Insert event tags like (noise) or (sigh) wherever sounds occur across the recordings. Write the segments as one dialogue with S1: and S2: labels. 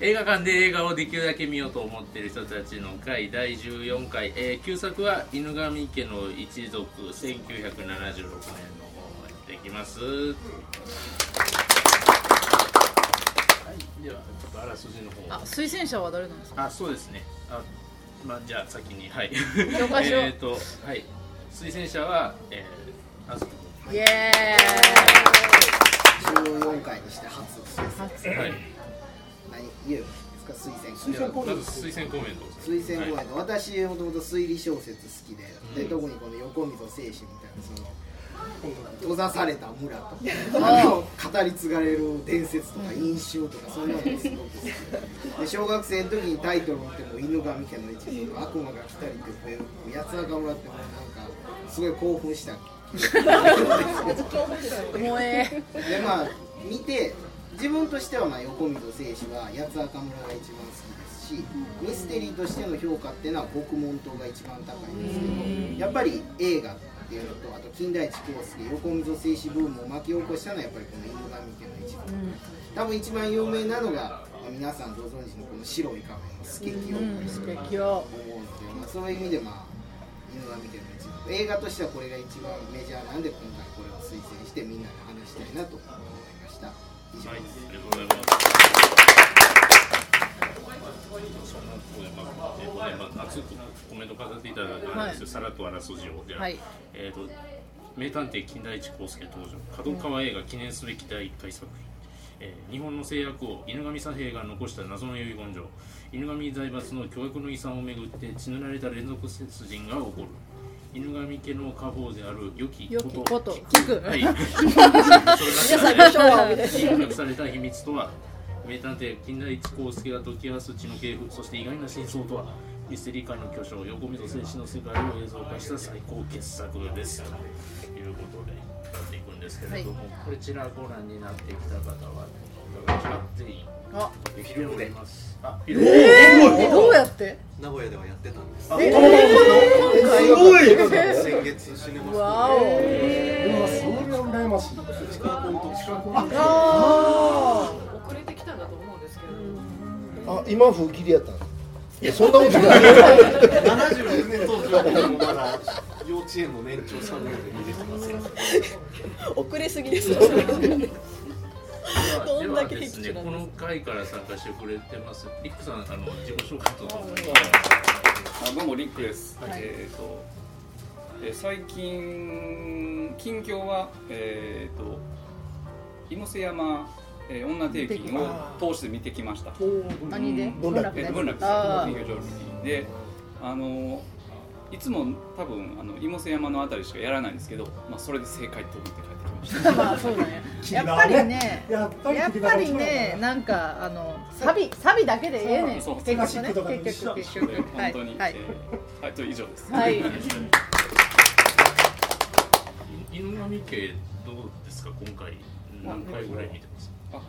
S1: 映画館で映画をできるだけ見ようと思っている人たちの会第14回、えー、旧作は犬神家の一族1976年の方にできます、はい、ではちょっとあらすじの
S2: あ
S1: 方
S2: 推薦者は誰なんですか
S1: あそうですねあまあじゃあ先にはい
S2: 了解しろ
S1: えっとはい推薦者はえー、あずき
S2: イエ
S3: 14回にして初の推薦
S2: ーイ
S1: 君はい
S3: 何言うんですか推
S1: じゃあ
S3: 薦
S1: まず推薦コメント
S3: 推薦公演
S1: はい
S3: の、私もともと推理小説好きで,、
S1: う
S3: で
S1: ん
S3: 特にこの横溝静史みたいなその閉ざされた村とかあの語り継がれる伝説とか飲酒とかそういうのがすごく好きでで小学生の時にタイトル持っても「犬神家の一族悪魔が来たり」っていう八つ中村ってもうなんかすごい興奮した
S2: 萌え
S3: でまあ見て自分としてはまあ横溝正史は八つ赤村が一番好きですしミステリーとしての評価っていうのは獄門島が一番高いんですけどやっぱり映画っていうのとあと近代一康介横溝正史ブームを巻き起こしたのはやっぱりこの犬神家の一番多分一番有名なのが、まあ皆さんご存知のこの白い仮面のスケキヨ
S2: うん素敵よ
S3: 思うので、まあ、そういう意味で、まあ、犬神家の一族映画としてはこれが一番メジャーなんで今回これを推薦してみんなで話したいなと思いました以上
S1: はい
S3: です、、
S1: ありがとうございます。そんなところで、まあ、えっ、とね、まあ、熱くコメント飾っていただいたんですよ、さらっとあらすじを、じゃあ、
S2: はい
S1: えっ、と。名探偵金田一耕助登場、角川映画記念すべき第一回作品。えー日本の製薬王犬神佐平が残した謎の遺言状犬神財閥の巨額の遺産をめぐって血塗られた連続殺人が起こる犬神家の家宝である良き
S2: 良
S1: こ
S2: き
S1: と
S2: こと聞く
S1: は
S4: (laughs)
S1: い
S4: 皆
S1: 皆
S4: さんご唱和をお願いし
S1: (laughs)
S4: ます
S1: 隠された秘密とは名探偵金田一耕助が解き合わす血の系譜そして意外な真相とはミステリー界の巨匠横溝選手の世界を映像化した最高傑作ですということでやっていくんですけれども、こちらご覧になってきた方はお伺いします全員
S2: あ
S1: できておりますあフィ
S2: えどうやって
S5: 名古屋ではやってたんです
S1: あ
S3: すごい
S5: 先月シネマスコ
S2: わお
S6: うわそれは羨ましい
S5: で石川君と
S2: あ
S4: 遅れてきたんだと思うんですけれど
S6: あ今風切りやったんいやそんなことない
S5: 76年当時は僕もまだ幼稚園の年長さんぐらいで見れてません
S4: 遅れすぎです
S1: で
S4: どん
S1: は
S4: だけ
S1: で
S4: でき
S1: す
S4: て
S1: ね
S4: るの
S1: この回から参加してくれてますリックさんあの自己紹介とともに
S7: あどうもリックです、えっ、と、えー最近近況はえっ、と芋瀬山、えー女定金を通して見てきました
S2: 何で
S6: 文楽
S7: えー文楽さ
S2: あ
S7: んの金魚浄瑠璃であのーいつも多分あの芋瀬山のあたりしかやらないんですけど、まあ、それで正解と思って帰ってきました
S2: あまあそうだねやっぱりね
S6: やっ
S2: やっぱりねなんかあのサビサビだけでええねん結
S7: そう
S2: 局ね結局結局
S7: ので
S2: は
S7: 本
S2: い
S7: 当に、
S2: はい
S7: えーはいと以上です、
S2: はい
S1: 犬神家どうですか今回何回ぐらい見てます
S7: あ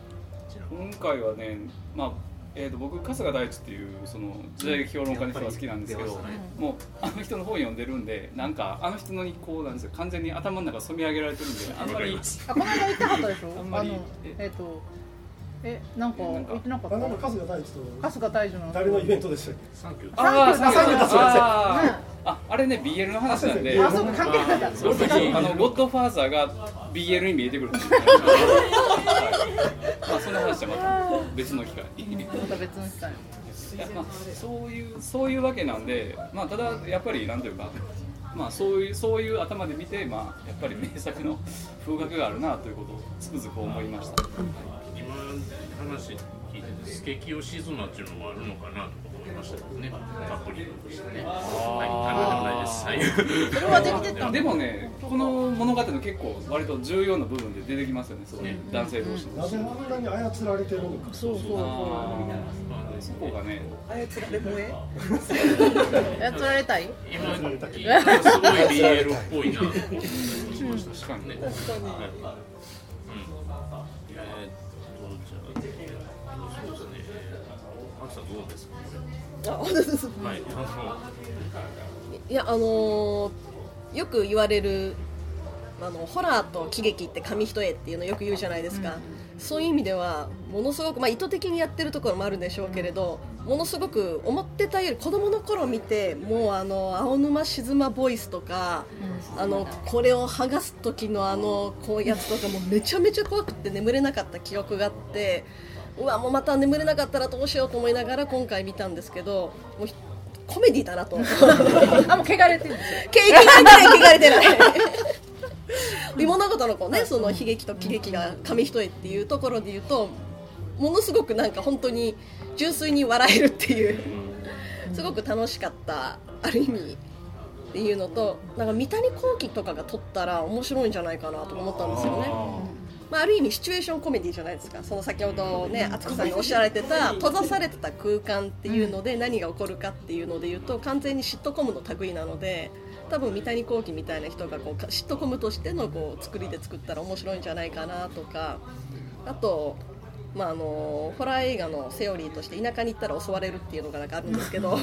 S1: ちなみに
S7: 今回はね、まあえー、と僕春日大地っていうその時代劇評論家の人が好きなんですけど、もうあの人の本読んでるんでなんかあの人のにこうなんですよ完全に頭の中染め上げられてるんであ
S1: わ
S7: んま
S1: かり
S7: り
S1: ます
S2: あこの間行ったかったでしょ
S7: あん
S2: あ
S7: まり
S2: のえっとえなんか
S7: なんか
S2: 行ってなかった
S6: なんか春日大地と
S2: 春日大樹の
S6: 誰のイベントでしたっ
S1: サンキュー
S7: あー
S2: サンキュー
S7: サンキュー
S2: サン
S7: だ
S2: キュー
S7: あーああれね BL の話なんで
S2: あそうか関係なかった
S7: その時あのゴッドファーザーが BL に見えてくるってい
S2: (laughs)
S7: う感じはいまあそんな話はまた別の機会
S2: また別の人に
S7: いやまあ、そういうそういうわけなんで、まあ、ただやっぱりなんというか、まあ、そういうそういう頭で見て、まあ、やっぱり名作の風格があるなということをつくづく思いました
S1: 今話聞いててスケキヨシズナっていうのもあるのかなと思いましたけどねアプリとしてねはいあんでもないですはい
S2: それはできてたの
S7: でもねこの物語の結構割と重要な部分で出てきますよねその男性同士
S6: けな
S7: の
S6: ぜあんなに操られてるのか
S2: そうそう
S7: あ
S2: そ
S7: ーそこがね
S2: うやつられたい
S1: 今聞いたらすごい BL っぽいなと思ったりしました
S7: 確かに
S1: ね
S7: ね
S1: はいうんえーっとじゃあそうですねマキさんどうですかはいあの
S4: いやあのーよく言われる
S8: あのホラーと喜劇って紙一重っていうのよく言うじゃないですか、そういう意味ではものすごく、まあ、意図的にやってるところもあるんでしょうけれどものすごく思ってたより子供の頃見てもうあの青沼静まボイスとか、あのこれを剥がす時のあのこうやつとかもめちゃめちゃ怖くて眠れなかった記憶があってうわもうまた眠れなかったらどうしようと思いながら今回見たんですけどもうひコメディだ (laughs) なと思って。
S2: あもう汚れ
S8: (laughs)
S2: てるんですよ
S8: 経験がない、汚れてない。物事のこうね、その悲劇と喜劇が紙一重っていうところで言うと、ものすごくなんか本当に純粋に笑えるっていう、すごく楽しかった、ある意味。っていうのとなんか三谷幸喜とかが撮ったら面白いんじゃないかなと思ったんですよね。まあ、ある意味シチュエーションコメディじゃないですかその先ほどね敦子さんがおっしゃられてた閉ざされてた空間っていうので何が起こるかっていうので言うと完全にシットコムの類なので多分三谷幸喜みたいな人がこうかシットコムとしてのこう作りで作ったら面白いんじゃないかなとかあと。まあ、あのホラー映画のセオリーとして田舎に行ったら襲われるっていうのがなんかあるんですけ
S2: (laughs)
S8: ど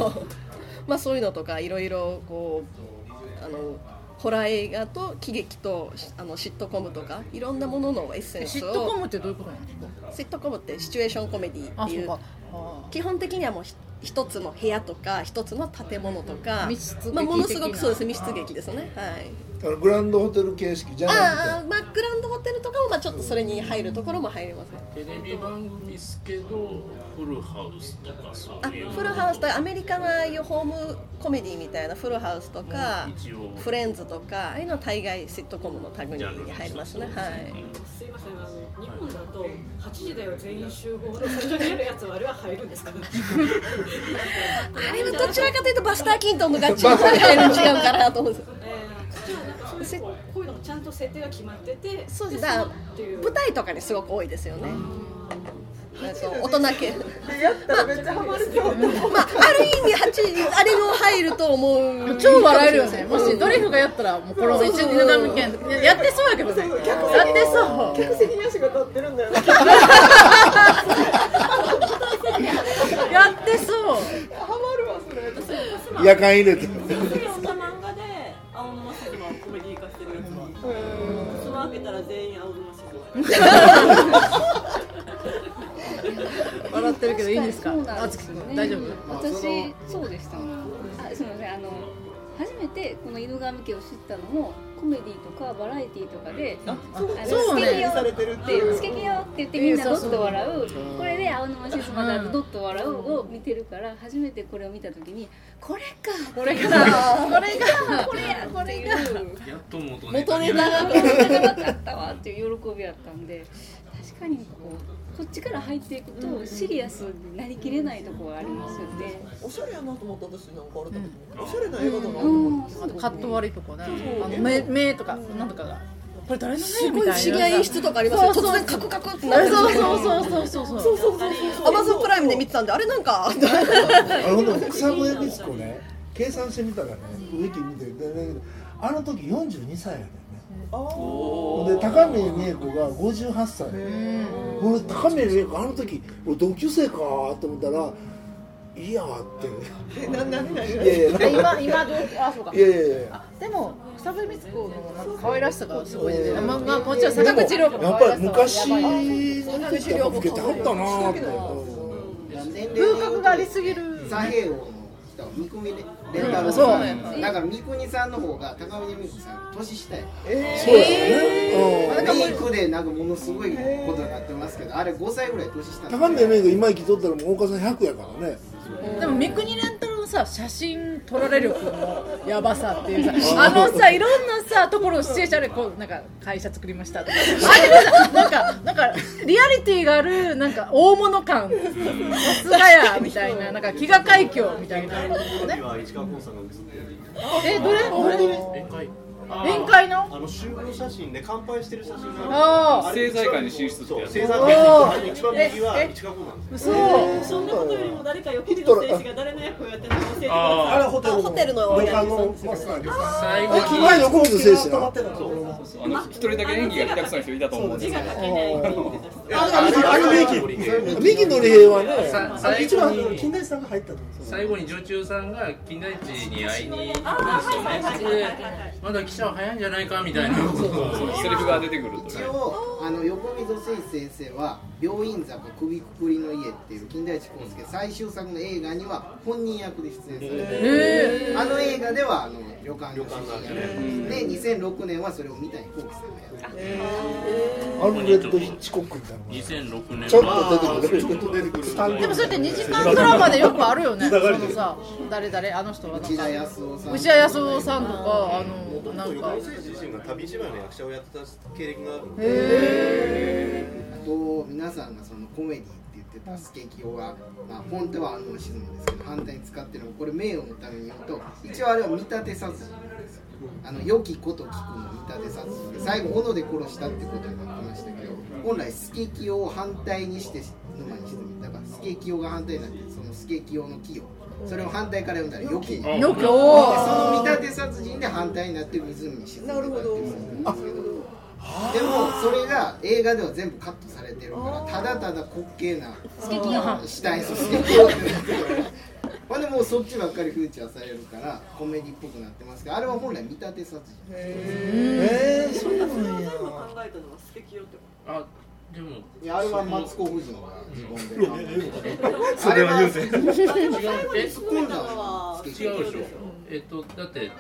S8: まあそういうのとかいろいろこうあのホラー映画と喜劇とあのシットコムとかいろんなもののエッセンスを
S2: シットコムってどういうことなんですか
S8: シットコムってシチュエーションコメディっ
S2: あ
S8: て
S2: そ
S8: いうう
S2: かあ
S8: 基本的にはもうひ一つの部屋とか一つの建物とか
S2: 密室劇的な
S8: まあ、ものすごくそうです密室劇ですねはい
S6: あのグランドホテル形式じゃないみたい
S8: ああまあグランドホテルとかもまあちょっとそれに入るところも入りますね
S1: テレビ番組ですけどフルハウスとかそ
S8: あ
S1: ういう
S8: フルハウスとかアメリカのああいうホームコメディみたいなフルハウスとか
S1: 一応
S8: フレンズとかああいうのは大概シットコムの類に入りますねはい
S9: すいません、あの日本だと8時だよ全員集合の最初にやるやつはあれは入るんですか、ね、
S8: あれはどちらかというとバスター・キントンのガチンコに入るの違う
S1: (laughs)
S8: かなと思うんです
S9: えー、じゃあなんかそういうこうこういうのもちゃんと設定が決まってて
S8: そうですだ
S9: で
S8: から
S9: のっていう
S8: 舞台とかにすごく多いですよね。なんか大人系。まあ、ある意味、八、あれの入ると思う。
S2: ー超笑えるよ (laughs) ねもしドリフがやったらもうこれも一日のためにやってそうやけどねやってそう
S4: 客席に足が立ってるんだよな。
S9: (laughs)
S2: やって
S4: (laughs)
S2: そう
S6: な夜間入れて
S9: いろんな漫画で青沼静馬をコメディ化してるやつはその開けたら全員青沼静馬
S2: 笑ってるけどいいんですか
S10: そうなん
S2: あ
S10: で
S2: つき
S10: す
S2: く
S10: よ
S2: ん
S10: ね
S2: 大丈夫
S10: 私そうでしたあすみませんあの初めてこの犬神家を知ったのもコメディとかバラエティとかで「あの
S2: そうね
S10: スケキヨ
S4: されてるっ
S10: っててい
S4: いう
S10: 「
S4: う
S10: スケキヨ」って言ってみんな
S2: そう
S10: ド
S2: そう
S10: ッと笑うこれで「青沼静まだとドッと笑う」を見てるから初めてこれを見た時に「これか!」
S2: これがこれが
S10: これやこれが
S1: やっと元ネタに
S8: 元ネタが。
S10: なかったわっていう喜びやったんで確かにこうこっちから入っていくとシリアスになりきれないところはありますよね。
S4: おしゃれやなと思った私なんかあれだけど、おしゃれな映画だなと
S10: うん
S4: 思って。
S10: そ
S2: あ
S10: う
S2: とカット割りとかね
S4: そう
S2: あの目目とかなんとかがこれ誰の目
S8: す
S2: み
S8: ごい不
S2: た
S8: 思
S2: い
S8: 議
S2: な
S8: な演出とかありますよ。
S2: そう
S8: 突
S2: そう
S8: 然カクカクってな
S2: あ
S8: る。
S2: そうそうそうそうそうそ
S4: そ
S2: う
S4: うそうそうそう。
S8: アマゾンプライムで見てたんで、あれなんか。
S6: あれほんと草笛光子ね計算してみたらねウィキ見てるだけどあの時42歳やね
S4: あー
S6: で高見え子が58歳俺高見え子あの時俺同級生かと思ったらいいやって
S4: えななになになに
S6: いやいや
S2: で今今どうあそうか
S6: いやいやいや
S2: でも草笛光子のなんか可愛らしさがすごい
S6: いやい
S2: ね
S6: や
S2: まあまあもちろん坂口涼子の
S6: やっ
S2: 可
S6: ぱ
S2: 愛ら
S6: り
S2: しさは
S6: 昔
S2: やばいね
S6: の時やっぱ老けてはったなーって
S2: 風格がありすぎる
S3: 左平王の人は三國連太
S2: うん
S3: 郎
S2: そう
S3: さ
S2: ね
S3: んだから三國さんの方が高峰美子さんより年下や
S6: そうやねうん
S3: メイクでなんかものすごいことになってますけどあれ5歳ぐらい年下
S6: 高見え子今生きとったらもう大岡さん100やからね
S2: でも三國連太郎のさ写真撮られるこのやばさっていう (laughs) さあのさいろんなさところをシチュエーションでこうなんか会社作りましたとかあれがさなんかなんかリアリティがあるなんか大物感さすがやみたいななんか飢餓海峡みたいな
S5: には市川崑さんが映ってる
S2: えどれどれ
S1: 宴会
S2: 宴会の
S5: あの集合写真で乾杯してる写真
S2: ああ
S5: あれ
S7: 政財界に進出って
S5: そう
S7: やつ
S5: 政財界
S2: おー
S5: あれ一番右は
S2: え
S5: 市川崑なんですよ
S2: 嘘
S9: そんなことよりも誰か横切りの選手が誰の役をやってるのか教えてください
S6: あれホ
S8: あホテルの
S6: 旅館のマスターえ君は横溝選手な
S7: そうそうあの一人だけ演技が下手くそな人いたと思うんですけど
S9: 書けないって言ってた人
S6: あだからミキあれミキミキの平は
S1: さ
S6: ね
S1: 最
S6: 一
S1: 後
S6: 番
S1: に
S6: 金田一さんが入ったと思うんですよ
S1: 最後に女中さんが金田一に会いに行くんですよ
S9: はいはいはいはいはい
S1: ね。まだ記者は早いんじゃないかみたいなことを
S7: セリフが出てくると
S3: 一応あの横溝誠一先生は「病院坂首くくりの家」っていう金田一耕助最終作の映画には本人役で出演されて
S2: え
S3: るあの映画ではあの旅館の主人役
S7: うん
S3: で2006年はそれを三谷幸喜さんがやってる
S6: アルフレッド・ヒッチコックみたいなもん
S1: 2006年
S6: ちょっと出てくる
S5: ちょっと出てくる
S6: スタンド
S2: でもそれって2時間ドラマでよくあるよねそのさ誰誰あの人はなん
S3: 内
S2: か
S3: 田康夫さん
S2: 内田康夫さんとかあのな
S5: なん
S2: んか
S5: か自身が旅芝居の役者をやってた経歴があるので
S2: へ
S3: あと皆さんがそのコメディって言ってたスケキヨは、まあ、本当は安納沈むんですけど反対に使ってるのもこれ名誉のために言うと一応あれは見立て殺人なんですよあの良きこと聞くの見立て殺人で最後斧で殺したってことになってましたけど本来スケキヨを反対にして沼に沈みだからスケキヨが反対なんでそのスケキヨの木をそれを反対から読んだら良きに
S2: え
S1: あ
S2: よく
S3: そ
S2: おー
S3: の見立て殺人で反対になって湖に沈んだっていうことなんですけどでもそれが映画では全部カットされてるからただただ滑稽な
S10: スケキヨ
S3: 死体そしてこうってなってるほんでもうそっちばっかりフューチャーされるからコメディっぽくなってますけどあれは本来見立て殺人
S6: えー、そう
S9: それ
S6: な
S9: を
S6: ん
S9: 全
S6: や
S9: 部考えたのは素敵よってこ
S1: あでも
S3: いやあれはマツコ夫人が自分でそ
S6: れは言う
S3: ぜ
S9: と。あでも最後に
S1: え
S9: 突っ込んだのは
S1: 違うでしょえっとだって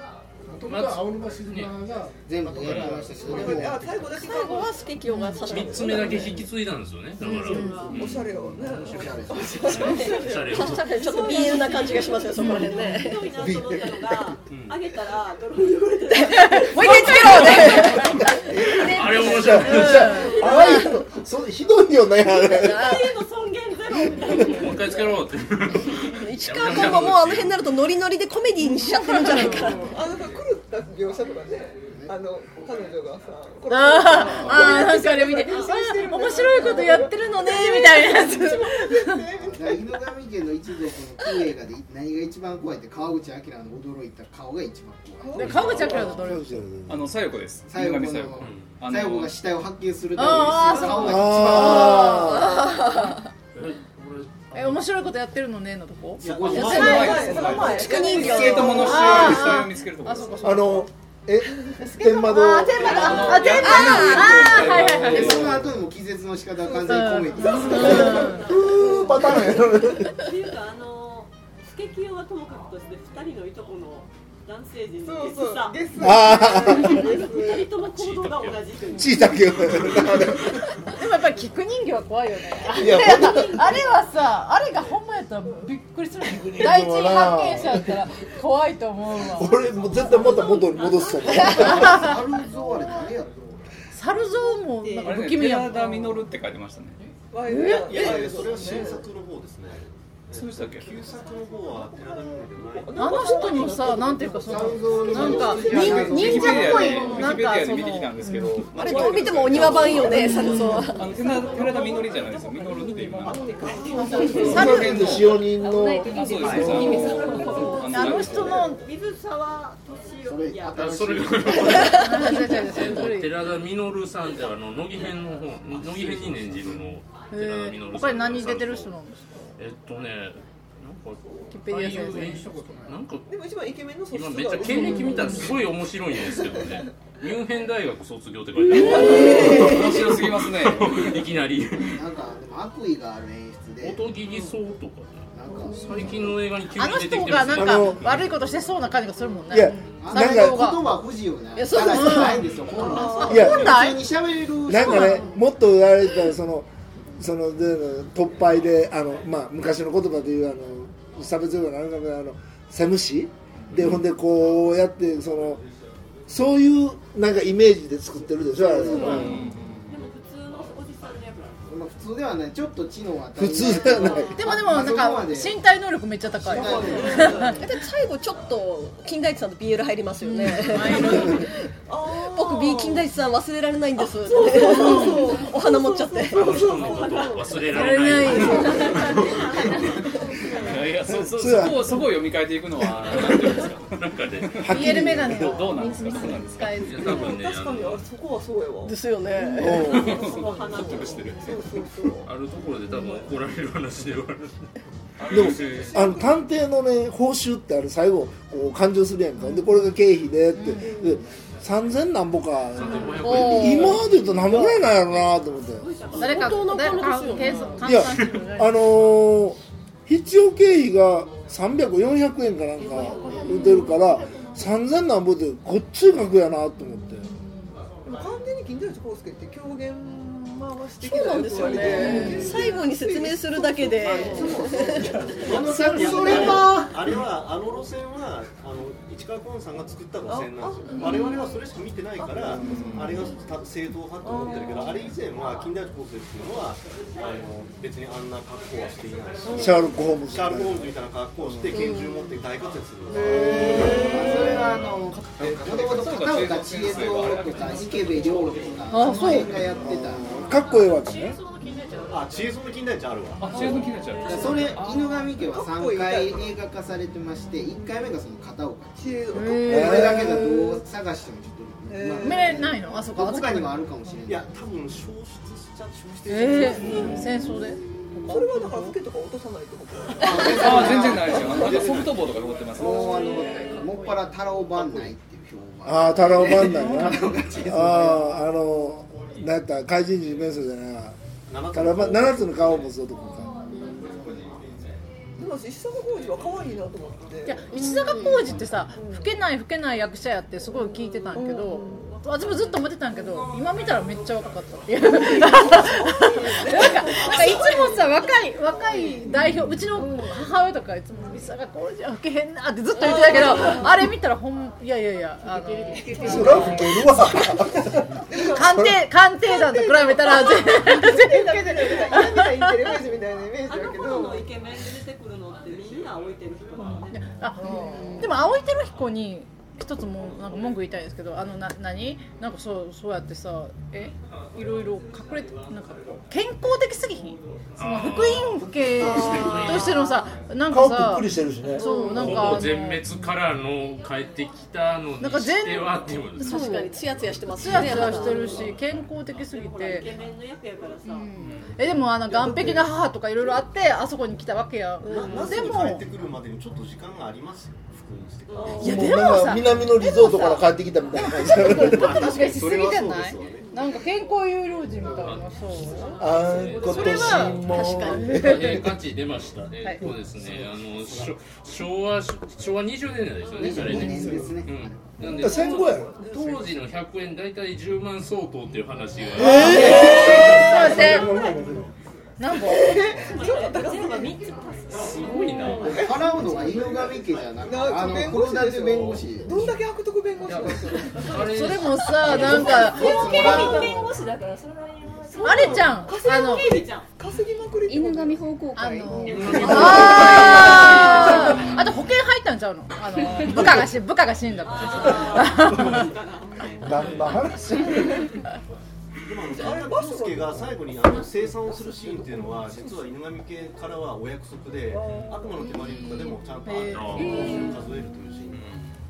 S6: 元々は青沼静奈が
S3: 全部やりましたけどでも
S4: あ最後だけ
S8: 最後はスケキヨが刺した
S1: 三つ目だけ引き継いだんですよねだから
S4: おしゃれよね
S1: おしゃれを
S8: ちょっと BL な感じがしますよそこら辺
S9: ひ
S8: ね
S9: どいなと思ったのが、あげたら泥に汚れてた。
S2: もう一回つけろね
S1: あれ面白い
S6: ああいうのそれひどいよねあれ
S9: 家の尊厳ゼロみたいな。
S1: もう一回つけ (laughs) ろって
S8: 市川君はもうあの辺になるとノリノリでコメディにしちゃってるんじゃないかな
S4: あのさ狂った描写とかねあの彼女がさこれ
S2: あーあーなんかあれ見てあ面白いことやってるのねみたいなやつ
S3: だから犬神家の一族の旧映画で何が一番怖いって川口明の驚いた顔が一番怖い
S2: で川口明のどれ
S7: あのさよこです。
S3: 最後の
S7: 村上さよこあの
S3: 最後が死体を発見するために
S2: あー
S3: 顔が一番
S6: あ
S2: (laughs)
S1: え
S2: え面白いことやってるのねのとこ
S3: 怖い
S2: やって
S4: その
S2: ない
S4: 前その前
S8: 地下人
S7: スケー
S8: 形
S7: トものし
S2: あー
S7: それを見つけるとこ
S2: あ
S7: ろ
S2: そこそ
S6: ああのえ天窓
S2: あ天窓あ天窓あーはいはいはい
S3: でその後にも気絶の仕方は完全にコメディです
S6: うーパターンやろ
S9: っていうかあのスケキヨはともかくとして二人のいとこの男性陣の
S4: そう
S9: ゲ
S4: そ
S9: ス
S4: う
S9: さ
S4: ゲス
S6: ああ
S9: 二人とも行動が同じという
S6: チータ (laughs) け
S2: でもやっぱり菊人形は怖いよね
S6: い
S2: (laughs)
S6: や
S2: あれあれはさあれがほんまやったらびっくりする
S6: 形
S2: 第一
S6: はな
S2: 発見者やったら怖いと思うわ
S6: 俺もう絶対また元に戻すと
S2: (laughs)
S6: 思う
S3: アルゾーあれ誰やった
S2: 猿像もなんか
S7: あれ
S2: 不
S7: ね、
S2: 気味や
S7: 寺
S2: ん
S7: 田稔って書いてましたね。
S4: ワイルド
S5: いやいやそれは新作の方ですね
S7: そうでしたっけ
S5: 旧作の方は寺田稔じゃない
S2: あの人もさなんていうかそのなんか忍
S7: ウィキ
S2: 忍者
S7: ペ
S2: っ
S7: ディア
S2: ぽ
S7: で、
S2: い
S7: ウィ
S2: な
S7: キ
S2: ん
S7: ペデ
S2: か
S7: ィアで
S2: そ
S7: 見てきたん
S2: の
S7: ですけど、
S8: あれどう見てもお庭版よねサルゾは
S7: あの寺田寺田稔じゃないですよ。稔っていうのは。
S6: 佐賀県の使用人の
S7: あそうですそうです
S2: あの人の
S9: 水沢敏夫いや
S1: あそ
S3: (laughs)
S1: れが寺田稔さんってあの乃木編の方乃木編に演じるの寺田稔
S2: え
S1: さん
S2: ー他に何に出てる人なんですか
S1: えっとねなんか
S2: キペディア先生
S1: 俳優演出なんか
S4: でも一番イケメンの素質
S1: 今
S4: が
S1: めっちゃ経歴見たらすごい面白いんですけどね
S2: (laughs)
S1: ミュンヘン大学卒業って書いてある、
S7: 面白すぎますね。
S1: いきなり
S3: なんかでも悪意がある演出で
S1: 音切りそうとか
S3: なんか
S1: 最近の映画に急に
S2: あの
S1: 出て
S2: 人
S1: きて
S2: が
S1: ます
S2: なん
S6: あ
S2: か
S6: の
S2: 悪いことしてそうな感じがするもんね
S6: いや
S3: あ
S6: なん
S3: の言
S6: か
S3: 葉不自由ない
S8: やそう
S3: 話じゃないんですよ本
S6: いや
S3: 来普通に喋れる人
S6: なんかねもっと言われたらそのそので突敗であのまあ昔の言葉でいうあの差別用語のあるかもあのセムシでほんでこうやってそのそういうなんかイメージで作ってるでしょあれ
S9: でも普通のおじさんの役なんで
S3: まあ普通ではないちょっと知能は
S6: 普通 (laughs) ではない
S2: でもでもなんか身体能力めっちゃ高い
S8: で最後ちょっと金田一さんと BL 入りますよね僕 B 金田一さん忘れられないんですお花持っちゃって
S1: あの人のこと忘れられない
S2: 忘れられ
S1: い
S7: (laughs) いやそそ
S6: そ
S7: そう
S6: や
S7: こをそこを読み替えていくの
S2: (laughs)
S7: は何ていうんですかなんかで
S6: ピエールメガネ
S7: どどうなんですかそうなんですか
S2: 使え
S7: いや多分ね
S4: 確かにあれそこはそうやわ
S8: ですよね
S7: 納得してる
S4: そうそうそう
S1: あるところで多分怒られる話ではある
S6: でもあの探偵のね報酬ってあれ最後こう勘定するやんかでこれが経費でって、で3000何ぼか
S2: おー
S6: 今まで言うと何ぼぐらいなんやろなと思って
S2: 誰か
S8: 本当の
S2: 誰か
S8: 金で
S2: 計
S8: すよ
S2: 算換
S6: いや
S2: 算してくれる
S6: あのー必要経費が300400円かなんか出るから3000何ぼってごっつい額やなと思って
S4: でも完全に金田一耕助って狂言回して
S8: そうなんですよね最後に説明するだけで
S5: あの
S4: それは
S5: あれはあの路線はあの市川崑さんが作った路線なんですよ我々はそれしか見てないからあれがた正統派と思ってるけどあれ以前は近代コースっていうのはあの別にあんな格好はしていないし
S6: シャーロック・ホームズ
S5: シャーロック・ホームズみたいな格好をして拳銃持って大活躍するんですよ
S3: それはあのもともと片岡千恵子とか池部良とか
S6: あ
S3: その辺がやってた
S6: かっこええわけね
S5: あ知恵層の近代値あるわ
S7: あ、違う気になっちゃう
S3: それ犬神家は3回映画化されてまして1回目がその片岡千
S4: 知恵を
S3: 恵子これだけだとどう探してもちょっと、まあ
S2: 見れないのあそこ
S3: ど
S2: あ
S3: こ
S2: そ
S3: か
S2: こ
S3: に
S2: に
S3: もあるかもしれない
S5: いや多分消失しちゃ消失しちゃ
S2: えー戦争で
S4: それはだから受けとか落とさないってこと
S7: あー全然ないですよなんかソフトボールとか残ってます
S3: もうあのもっぱら太郎番内っていう評判
S6: ああ太郎番だ
S3: (laughs)
S6: なあああのなんやった怪人人面相じゃないわ
S5: 7
S6: タラバ7つの顔を持つ男か
S4: でも石坂浩二は可愛いなと思って
S2: いや石坂浩二ってさ老けない老けない役者やってすごい聞いてたんやけど私もずっと思ってたんやけど今見たらめっちゃ若かったってい
S6: (laughs)
S2: うなんかなんかいつもさ若い若い代表うちの母親とかいつも石坂浩二は老けへんなってずっと言ってたけどあれ見たらほんいやいやいやあの
S6: そら吹けるわ
S2: 鑑定鑑定団と比べたら全然
S4: だけじゃなくて嫌みなインテリフェイスみたいなイメー
S9: あ
S4: ジだ
S9: の
S4: け
S9: 頃
S4: ど
S9: のイケメンで出てくるのってみんな置いてる人だもんね
S2: あでも青井輝彦に一つもうなんか文句言いたいんですけどあのな何なんかそうそうやってさえいろいろ隠れてなんかこう健康的すぎひんその福音系としてのさなんか
S6: 顔ぷっ
S2: さ
S6: くりしてるしね
S2: そうなん
S1: ほ
S2: かあ
S1: ぼ
S2: の
S1: 全滅からの帰ってきたのに
S2: なんか全
S1: してはっていうことです
S8: 確かにツヤツヤしてます
S2: ツ
S8: よ
S2: ヤ
S8: ね
S2: ツヤしてる
S8: まだ
S2: し健康的すぎ
S9: ほらイケ
S2: て
S9: メンの役やからさ、
S2: えでもあの岸壁の母とかいろいろあってあそこに来たわけや
S5: なぜ
S2: で
S5: に帰
S2: も
S5: ってくるまでにちょっと時間がありますよ復員してから
S2: いや
S6: もう
S2: でも
S6: な
S2: さ
S6: んか南のリゾートから帰ってきたみたいな感じ
S2: 確かにしすぎじゃ
S5: それはそう
S2: な
S5: で
S2: い
S5: すわね
S2: なんか健康有料人みたいなそう
S6: あん今
S2: それは
S6: 年も
S8: 確かに
S1: (laughs) えー、価値出ましたね。
S2: はい
S1: そうですね。あのしょ昭和昭和20年代ですよね。それ
S3: 25年ですね
S1: うん。なん
S6: いや戦後やろ
S1: 当時の100円大体10万相当っていう話が。
S2: そうですね何本
S9: 全部3つ足す
S1: すごいな。
S3: 払うのが犬神家じゃなくてあの黒田で弁護士
S4: どんだけ悪徳弁護士なんですよ
S1: あれ
S2: それもさなんか
S10: 弁護士だからそれは
S2: あれちゃんあの
S9: ケイビちゃん
S4: 稼ぎまくりってこ
S10: 犬
S4: と
S10: 神奉公
S2: あ
S10: 会
S2: のあ
S1: あ
S2: ーあと保険入ったんちゃうのあの部下がし部下が死んだから
S6: 何の話
S5: でもあの康介が最後にあの生産をするシーンっていうのは実は犬神家からはお約束で悪魔の手まりとかでもちゃんとあって報酬を数えるというシーン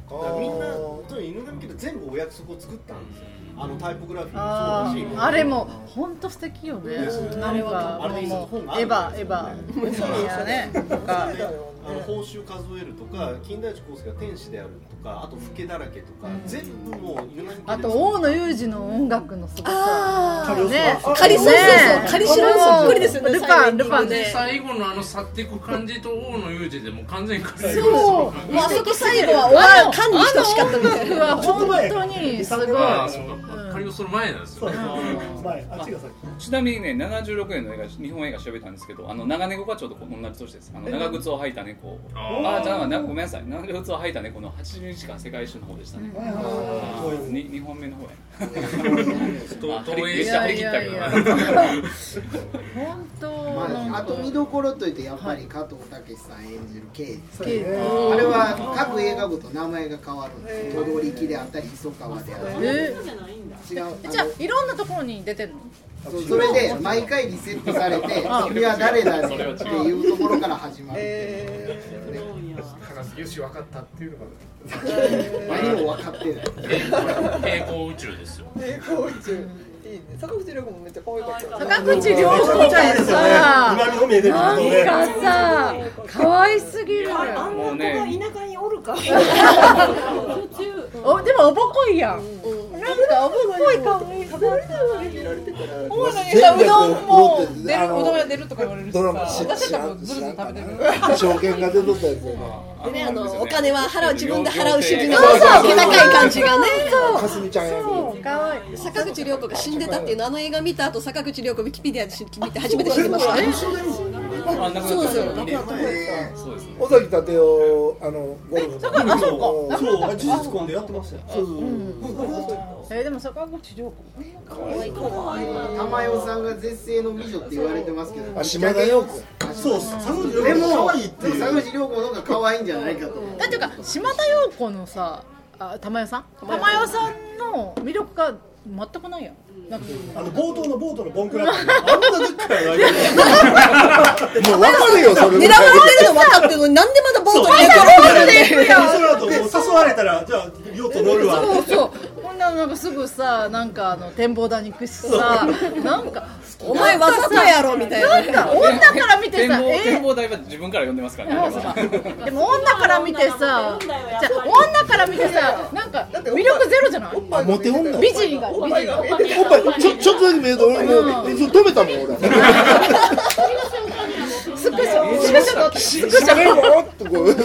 S5: だからみんなとに犬神家で全部お約束を作ったんですよあのタイポグラフィーも
S2: あ
S5: そうだし
S2: ーあれも本当素敵よねなんか
S5: あれでいい
S2: もう
S5: 本があ
S2: エ
S5: る
S2: ヴァエヴァいやねとか
S5: であの報酬数えるとか金田一耕助が天使であるとかあと老けだらけとか全部もう犬神家で
S2: あと大野裕二の音楽のすごさ
S8: あ
S2: ね
S8: ーカリスマそうそうカリスマそっくりですよね
S2: ルパンルパン
S8: ね
S1: 最後のあの去っていく感じと王の友人でもう完全に彼
S2: そう
S8: もうあそこ最後はお前を缶にしてほしかったみたいな
S2: は本当にすごい
S1: ああそうか。カリオその前なんですよね。
S5: 前あっちが先
S7: ちなみにね76年の映画日本映画調べたんですけどあの長猫がちょうど同じ年ですあの長靴を履いた猫ああじゃあなごめんなさい長靴を履いた猫の80日間世界一周の方でしたねに二本目の方や
S1: と
S7: あ張り
S1: 東
S7: 切
S1: 映し
S7: っ
S1: たた
S7: 張
S1: ね
S7: り切
S2: いや
S7: っ
S2: いや
S7: たけどな
S2: 本当
S3: ま
S2: なん
S3: あ、
S2: か
S3: あと見どころといってやっぱり加藤武さん演じる刑事
S2: 綺麗
S3: あれは各映画ごと名前が変わるんですよ。踊り木であったり磯川であったり
S2: え
S9: じゃないんだ
S3: 違うあの
S2: じゃあいろんなところに出てるの
S3: そうそれで毎回リセットされて「君は誰だ?」って (laughs) いうところから始まる
S11: 話すよし分かったっていうのが
S3: 何も分かってない
S1: 平行宇宙ですよ
S4: えー、こういちゅういいね坂口涼子もめっちゃ可愛かった
S2: 坂口涼子ちゃんさ
S5: 今の目で見るとね
S2: なんかさ可愛すぎる
S9: あんな子が田舎におるか。
S2: おでもおぼこいやんなんかおぼこい顔いい
S4: 食べられないわけ見られてたら
S2: お前さうどんも
S6: 全部
S2: 出る
S6: あの
S2: うどん屋出るとか言われるしさ
S6: ドラマ知らん
S2: 私
S6: 知
S2: だ
S6: ら
S2: ったら
S6: ん
S2: ず
S6: 知
S2: るず
S6: ら
S2: る
S6: ん
S2: 食
S6: か
S2: べ
S6: な
S2: て
S6: (laughs)
S2: る
S6: 証券が出とったやつや
S8: でねあのお金は払う自分で払う主義の
S2: そうそう
S8: 気高い感じがね
S6: なかすみちゃんやけど
S2: そう可愛い
S8: 坂口涼子が死んでたっていうのあの映画見た後坂口涼子ウィキペディアで見て初めて知りましたね
S7: あなくなっ
S8: そうです
S7: ちゃ
S8: よ
S7: った
S8: 亡くなった
S7: そうですね
S6: 尾崎立夫あのゴルフの
S5: そうそう事実婚でやってましたよ
S2: えーでも坂口涼子
S3: 玉代さんが絶世の美女って言われてますけど
S6: あ島田陽子
S5: そう坂口
S3: で
S5: 涼子
S3: も
S5: 可愛いって
S3: でも
S5: いう
S3: 坂口涼子の方が可愛いんじゃないかと思う
S2: だっていうか島田陽子のさあ玉代さん玉代さんの魅力が全くないやんなんか
S5: あの冒頭のボートのボンクラってあんなでっかいのない
S2: (laughs)
S6: もう分かるよそれぐ
S8: 狙わ
S6: らい
S8: れてるの分かってるのになんでまだボートに入れてるんだ
S5: その後もう誘われたらじゃあヨット乗るわ
S2: そうそうこんなのなんかすぐさなんかあの展望台に行くしさなんか
S8: お前わざとやろみたいな
S2: なんか女から見て
S7: 展
S2: さ
S7: 望
S2: え
S7: 展望台は自分から呼んでますか
S2: そ
S7: ら
S2: うそう
S7: ね
S2: そうでも女から見てさじゃあ女から見てさなんか
S4: って
S2: 魅力ゼロじゃない
S6: あモテ女
S2: 美人が
S4: おっぱいが見えてる
S6: おっぱいちょちょっとだけ見えた俺もう止めたもん俺
S2: スクショスクショ撮ってスクシ
S6: それもってこう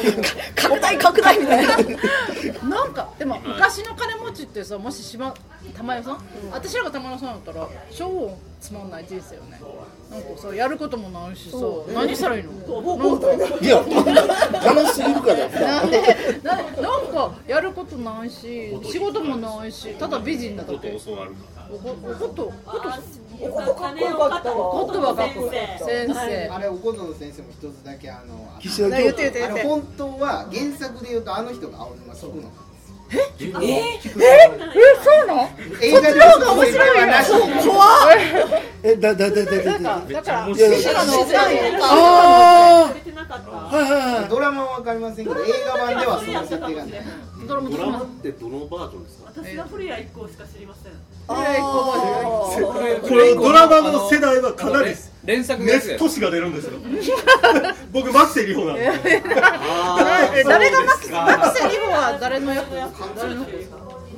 S8: 拡大拡大みたいな
S2: ョなんかでも昔の金持ちってさもし島玉代さん私らが玉代さんだったら超つまんない人生よねなんかさやることもないしさ何したらいいのなんか
S6: いや楽しすぎるから
S2: なんでななんかやることないし仕事もないしただ美人だだけ
S1: そう教わるか
S2: おこおこと
S4: おここかっこよかったわ
S2: おことばかっこいい先生
S3: あれおことの先生も一つだけあのあ
S6: 岸田
S2: 言
S6: 京
S2: って言って言っ
S3: の
S2: て
S3: 本当は原作で言うとあの人が青沼そこの
S2: えそうなの
S3: 映画で
S2: そっちの方が面白いよ
S3: なし
S6: えだだだだだだ
S2: だから
S6: いや
S2: 私らの世代
S6: あ
S9: 出てなかった。
S6: あはいはいはい
S3: ドラマは分かりませんけど映画版ではその設定がない
S2: ドラマ
S5: ドラマってどのバージョンですか
S9: 私がフリア一行しか知りません。
S5: これドラマの世代はかなり
S7: 連作のやつ
S5: 熱
S7: や
S5: 都市が出るんですよ僕マセリホなんで
S2: え誰がマキマキセリホは誰の役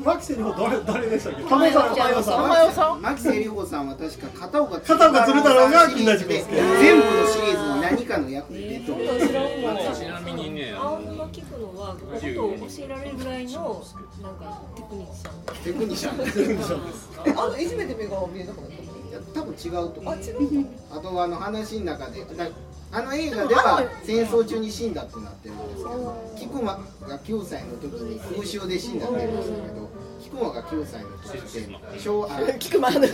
S5: マキセリホ誰誰でしたっけ玉井さん玉井さん
S2: 玉代さん
S3: 牧瀬里穂さんは確か片岡
S5: 片岡鶴太郎が金田一
S3: で
S5: 耕助
S3: 全部のシリーズに何かの役で出てる
S1: らちなみにねあ
S10: 青
S1: の
S10: 沼聞くのはことを教えられるぐらいのなんかテクニックさん
S3: テクニシャンです
S4: あのいじめて目が見えなくなっ
S3: いや多分違うと思
S4: たあ
S3: う
S4: 違うの
S3: あとあの話の中でなあの映画では戦争中に死んだってなってるんですけど菊間が9歳の時に空襲で死んだって言うんですけど菊間が9歳の時って昭和あ
S8: 菊間の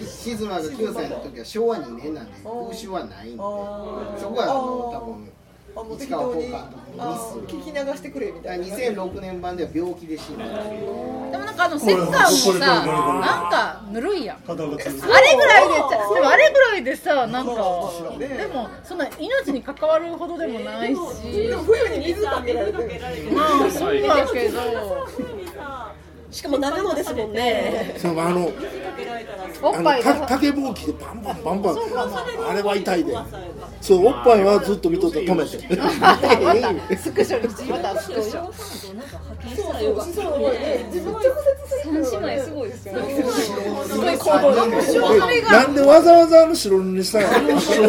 S3: 静馬が9歳の時は昭和2年なんで空襲はないんで
S4: あー
S3: そこはあの
S4: あ
S3: 多
S4: もう
S3: 分いつ
S4: 適
S3: か
S4: 当
S3: はこう
S4: に
S3: か
S4: あ
S3: とミス
S4: 聞き流してくれみたいな
S3: 2006年版では病気で死んだ
S2: でもなんかあのセッカーもさなんかぬるいやん
S5: 片岡鶴
S2: あれぐらいででもあれぐらいでさなんかでもそんな命に関わるほどでもないし
S4: でも冬に水かけられてる
S2: まあそうだけど
S8: しかも長野ですもんね
S6: そのあの
S2: お
S6: あ
S2: っ
S6: の
S2: ぱい
S6: た
S2: が
S6: 竹ぼうきでバンバンバンバンあれは痛いで
S9: さんが
S6: そうおっぱいはずっと見とって止めて
S2: スクショにまたスクショ
S10: そうそう
S4: そうそう覚えて自分直接
S10: 三姉妹すごいですよね
S2: すごい行動力
S6: えなんでわざわざあの白塗りにしたの
S5: そ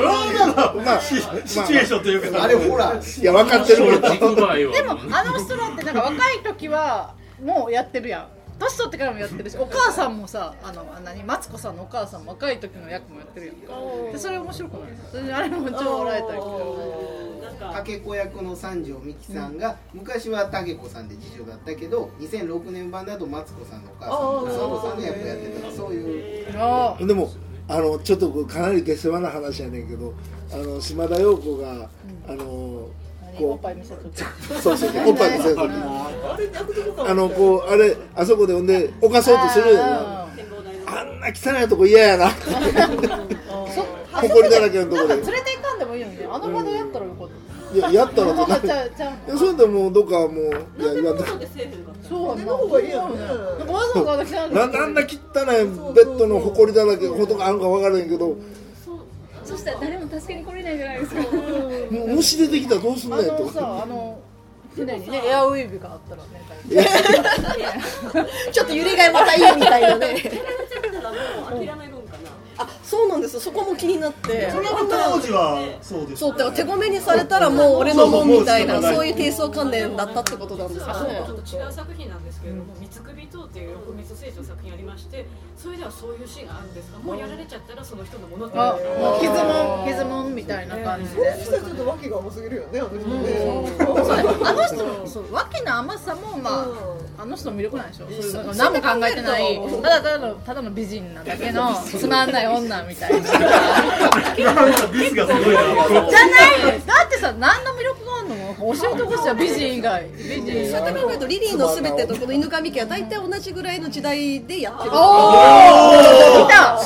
S5: れはまだシシチュエーションというか
S3: あれほら
S6: いや分かってる
S3: (laughs)
S6: 俺
S1: 自己愛は
S2: でもあの人だってなんか若い時はもうやってるやん年取ってからもやってるしお母さんもさあのあ何マツコさんのお母さんも若い時の役もやってるやんかでそれ面白くないそれであれも超笑えたけど
S3: 竹子役の三条美紀さんが昔は竹子さんで次女だったけど2006年版だとマツコさんのお母さんと佐藤さんの役をやってたそういう
S2: あ
S6: でもあのちょっとこうかなり下世話な話やねんけどあの島田陽子があの
S2: 何おっ
S6: こ
S2: ぱい見せとって
S6: うそうそうおっぱいのせいあのこうあれあそこでほんで犯そうとするやんあんなな汚いとこ嫌やな埃だらけのとこ
S2: なん
S6: で
S2: か連れて行かんでもいいよねあの場でやったらよかった
S6: いややったらってな
S2: ちゃうちゃ
S6: いやそれでもうどっかもういやいや
S2: そうの方がいいよねなんかわざわざ汚い
S6: ななんだ汚いベッドのほこりだらけほとんどあるか分からへんけど
S10: そしたら誰も助けに来れないじゃないですか
S6: もう虫出てきたらどうすん
S2: あ
S6: ねんと
S2: のさあの船にねエアウィーヴがあったらね (laughs)
S8: ちょっと揺れがまたいいみたいなねあそうなんですそこも気になって
S5: それは当時はそうです
S8: そうだから手ごめにされたらもう俺のもんみたいなそういう低層関連だったってことなんです
S9: あ
S8: か
S9: の
S8: ね
S9: ちょっと違う作品なんですけれども「三つ首塔」っていう横溝聖書の作品ありましてそれではそういうシーンがあるんですがもうやられちゃったらその人のものって
S2: あ
S9: あ
S2: 傷も傷
S9: (laughs)
S2: もみたいな感じで
S4: そしたらちょっと訳が重すぎるよね、あの人
S2: ね。あの人のそう脇の甘さもまああの人の魅力なんでしょ。そういうなんか何も考えてない
S9: そんなことないと思う
S2: ただただのただの美人なだけのつまんない女みたいな。じ
S5: なんかビスがすごいな
S2: ゃないです。だってさ何の魅力があるの？教えてほしいよ美人以外。美人以
S8: そうや
S2: 外。
S8: って考えるとリリーのすべてとこの犬神家は大体同じぐらいの時代でやってる
S2: おー来た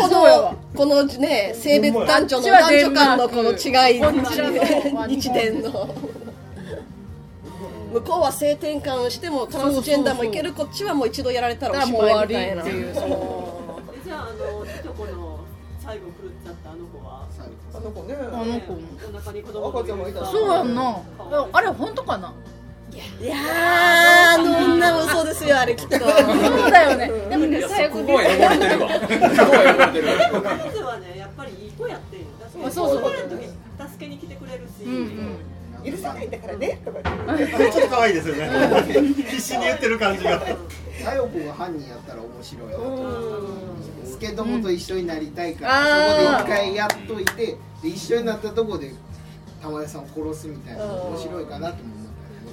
S8: このこのね性別男女の男女間のこの違い
S2: こっちはデンマーク
S8: 日伝の向こうは性転換をしてもトランスジェンダーもいけるこっちはもう一度やられたらおしまいみたいな
S2: だからもう終わりっていう
S9: じゃああのいとこの最後狂っちゃったあの子は
S4: あの子ね
S2: あの子
S9: お腹に子供がいる
S2: そうやんな。あれ本当かな？
S8: いやーあの女もそうですよあれきっと
S2: そうだよね。でもね最後
S7: こは汚れてるわここは汚れてるわ
S9: 実はねやっぱりいい子やってんよ確か
S2: まあ
S9: に
S2: そうそ
S9: 高
S2: う
S9: 校の時助けに来てくれるし、
S4: 許さないんだからねとか言って
S5: ちょっと可愛いですよね必死に言ってる感じが
S3: 太陽君が犯人やったら面白いよ助どもと一緒になりたいか
S2: うん
S3: ら、
S2: あー
S3: そこで一回やっといてで一緒になったとこで玉江さんを殺すみたいなの面白いかなと思う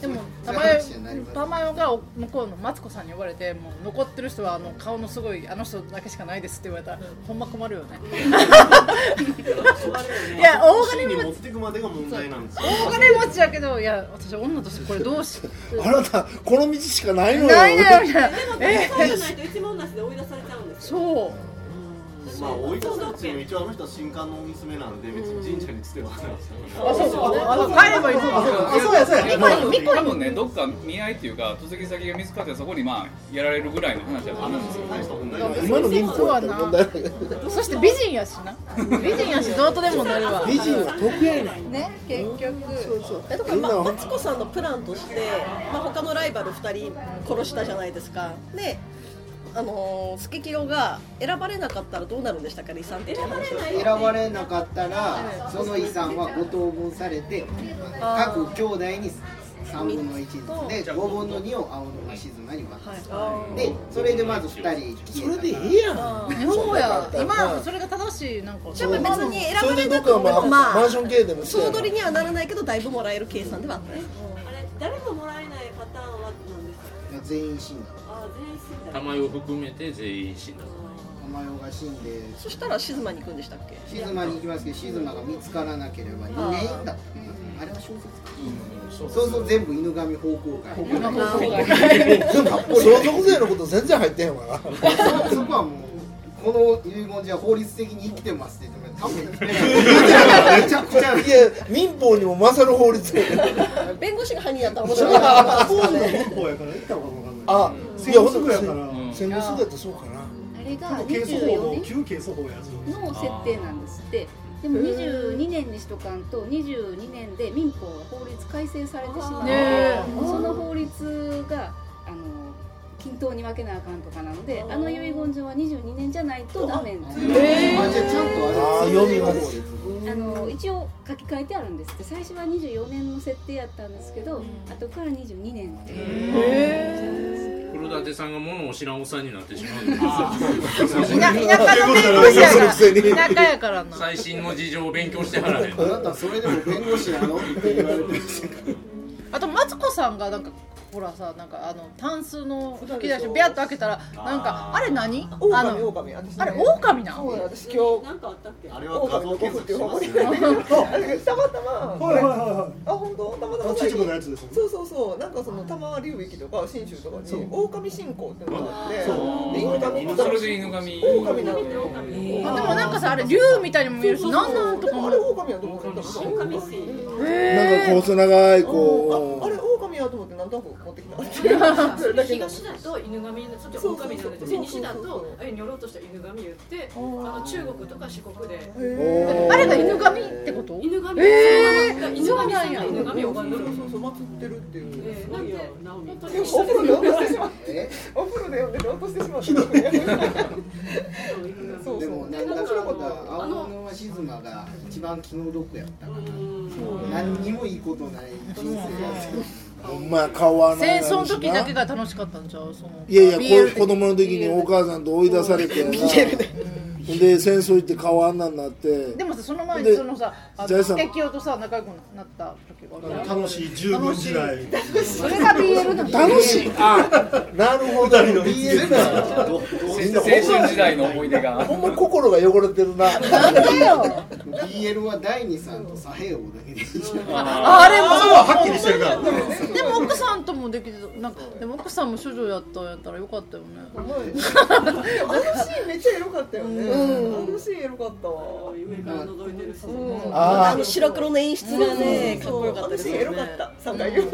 S2: でも
S3: そういう
S2: 玉
S3: 話になり
S2: 代
S3: ます
S2: 玉代が向こうのマツコさんに呼ばれてもう残ってる人はあの顔のすごいあの人だけしかないですって言われたらほんま困るよねいや大
S5: シー
S2: 金
S5: ンに
S2: 持ち
S5: 持っていくまでが問題なんですよ
S2: 大金持ちだけどいや私女としてこれどうし
S6: あなたこの道しかないのよ
S2: ないのよみたいな
S9: で
S2: え
S9: もそうじゃないと一文なしで追い出されちゃうんです
S2: そう
S5: まあ追い出されても一応あの人は新刊の娘なんで別に神社につてはないですから
S2: あそうそうあの帰ればいいのか
S7: そうやそうや
S2: ミコ
S7: 多分ねどっか見合いっていうか嫁ぎ先が見つかってそこにまあやられるぐらいの話だと思うんですよ
S5: 大した問題ない
S6: 今の銀行だったら問題ない
S2: そして美人やしな美人やしどうとでもなるわ
S6: 美人は得やねん
S8: ね結局そうだから
S6: みんな
S8: まあマツコさんのプランとして、まあ、他のライバル2人殺したじゃないですかであのー、スケキロが選ばれなかったらどうなるんでしたか遺産って選ばれな
S3: 選
S8: い
S3: ばれなかったらその遺産は5等分されて各兄弟に3分の1ずつで5分の2を青沼静馬に渡すでそれでまず2人
S6: そ
S3: 消
S6: れ
S3: えた
S6: で
S3: から
S6: いいやん
S2: そうや今それが正しいなんか
S8: でも別に選
S6: そ
S8: ば
S6: れでど
S8: れな
S6: っ
S8: くて
S6: かま
S8: も
S6: あ
S8: ま
S6: マン
S8: あ
S6: ション経営でも
S8: 総取り
S6: に
S8: にはならないけどだいぶもらえる計算ではあったね
S9: あれ誰ももらえないパターンはなんですか
S3: 全員死んだ
S9: あ全員死んだ
S1: 玉代を含めて全員死んだ
S3: 玉代が死んで
S8: そしたら静まに行くんでしたっけ
S3: 静馬に行きますけど静馬が見つからなければ2年だったかなあれは小説かそうそう全部犬神奉公会
S6: 相続税のこと全然入ってへんわな
S3: そそこはもうこの遺言じゃ法律的に生きてますって言っても多分生きてないめちゃくち
S6: い
S3: ゃ
S6: や民法にも勝る法律やねん
S8: 弁護士が犯人だったら面白いな
S5: 当時の民法やから言ったのかもわかんない
S6: あ
S5: 戦後すぐやから
S6: 戦後すぐやったらそうかな
S10: あれが
S5: 刑訴法
S10: 24
S5: の
S10: 年
S5: 旧刑訴法やつ
S10: の設定なんですってでも22年にしとかんと22年で民法が法律改正されてしまう
S2: ねえ
S10: その法律があの均等に分けなあかんとかなのであの遺言状は22年じゃないとダメなんです
S3: あじゃあちゃんとあ
S6: あ
S3: れ
S6: ー読みます
S10: あの一応書き換えてあるんですって最初は24年の設定やったんですけど、後から22年っていう
S1: 黒舘さんが物を知らんおっさんになってしまうんです
S2: 田田舎の弁護士やから田舎やからな
S1: 最新の事情を勉強してはらへん
S3: あなたそれでも弁護士なのって言われてるし
S2: あとマツコさんがなんかほらさなんかあのタンスの引き出しをビャッと開けたらなんかあれ何
S4: 狼
S2: あの
S4: 狼私ね
S2: あれ狼な
S4: そうだ私今日なんかあったっけあれは画像検索しますねたまたま
S12: はいはいはいはい
S4: あ本当たまたま
S12: あ中国のやつですよね
S4: そうそうそうなんかその玉流域とか信州とかに狼信仰っていうのがあって
S7: そう
S4: で犬神
S7: それで犬神
S4: 狼なのよ
S2: あでもなんかさあれ竜みたいにも見えるし何なんとかも
S4: あれ狼やと思った狼
S6: なんかこう細長いこう
S4: あれ狼やと思ってなんとなく持ってきたそれだけなの
S9: 東だと犬神そっちは狼なんですけど西だとあれにょろっとした犬神言ってあの中国とか四国で
S2: あれが犬神ってこと
S9: 犬神そうな
S2: え
S9: んだ
S2: ー
S9: 犬神さん
S2: や
S9: が犬神を拝んでる
S4: そうそう祀ってるっていう
S9: えーなんで本当に
S4: お風呂で落としてしまってお風呂で呼んで落としてしまってそう
S3: でもなんだかんだ青物は静馬が一番気の毒やったから何にもいいことない人生
S6: ほんまや顔はない
S2: 戦
S6: な
S2: 争の時だけが楽しかったんちゃうその
S6: いやいやこう
S2: BL
S6: いう子供の時にお母さんと追い出され
S2: (laughs)
S6: てなほんで戦争行って顔あんなんなって
S2: でもさその前
S6: で
S2: にそのさあ
S6: ジャイ
S2: の
S6: さん
S2: スケキヨとさ仲良くなった時がある
S12: 楽しい10分時代
S2: それが BL の
S6: 楽しいあなるほど
S12: 二人の
S6: BL だ
S7: 青春時代の思い出が
S6: ほんま心が汚れてるな
S3: BL は第二さんと左平王だけでいいじゃん
S2: ああれも
S12: そこははっきりしてるから
S2: でも奥さんともできてたなんかでも奥さんも処女やったんやったらよかったよね
S4: あのシーンめっちゃエロかったよね。
S8: うん
S4: あのシーンエロかったわ。夢から覗いてるし。うん
S8: あの白黒の演出がね、かっこよかった
S4: あの
S8: です
S4: シー
S8: よ
S4: ンエロか
S8: ね。
S4: った。三回言う。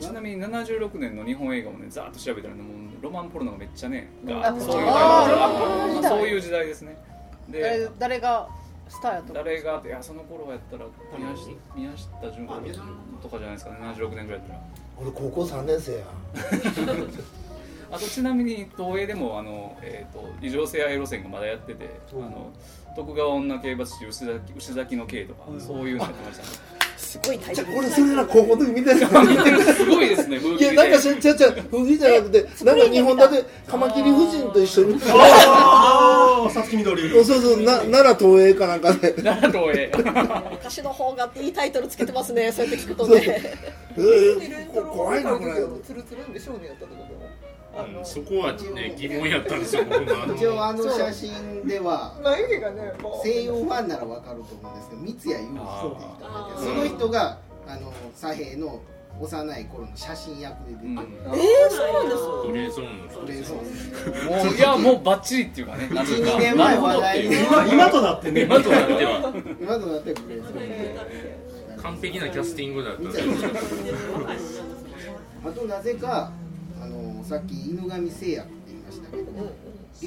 S7: ちなみに76年の日本映画をねざーっと調べたらねもうロマンポルノがめっちゃねガーッとそういう
S2: あーロマンポルノ時代
S7: そういう時代ですねで
S2: 誰誰がスターやと
S7: 誰がっていやその頃やったら宮下宮下純子とかじゃないですかね76年ぐらいやったら
S6: 俺高校3年生や
S7: あとちなみに東映でもあの、えー、と異常性愛路線がまだやっててあの徳川女刑罰師牛崎牛崎の刑とか、そういうのやってましたね
S8: すごい大
S6: じゃ
S8: 変
S6: あ。俺それな高校の時見てた
S7: すごいですね風
S6: いや
S7: 景
S6: なんか
S7: で
S6: しゃちゃちゃ不義じゃなくてなんか日本だけカマキリ夫人と一緒に
S12: ああさつき緑
S6: そうそうな奈良東映かなんかで
S7: 奈良東映
S8: 昔の方がいいタイトルつけてますね。そうやって聞くと
S6: そう
S8: ね。
S6: えーこ怖いなこれ
S4: つるつるんでショーにやったってこと。
S1: うんそこはね疑問やったんですよ僕もあの
S3: 一応あの写真では
S4: 眉毛がね、もう。
S3: 西洋ファンならわかると思うんですけど三谷裕二っていう人がいてその人があの左平の幼い頃の写真役で出てる、
S8: えー、そうなんです。
S1: グレーゾーンの人
S3: これそうです
S7: もういやもうバッチリっていうかねなんか
S3: 12年
S7: な
S3: 前
S7: るほど
S3: 話
S7: って
S3: 題
S7: いう
S12: 今今となってね
S7: 今となっては
S3: 今となってはグレーゾーン
S1: 完璧なキャスティングだったんですよ
S3: (laughs) あとなぜかあのさっき犬神製薬って言いましたけど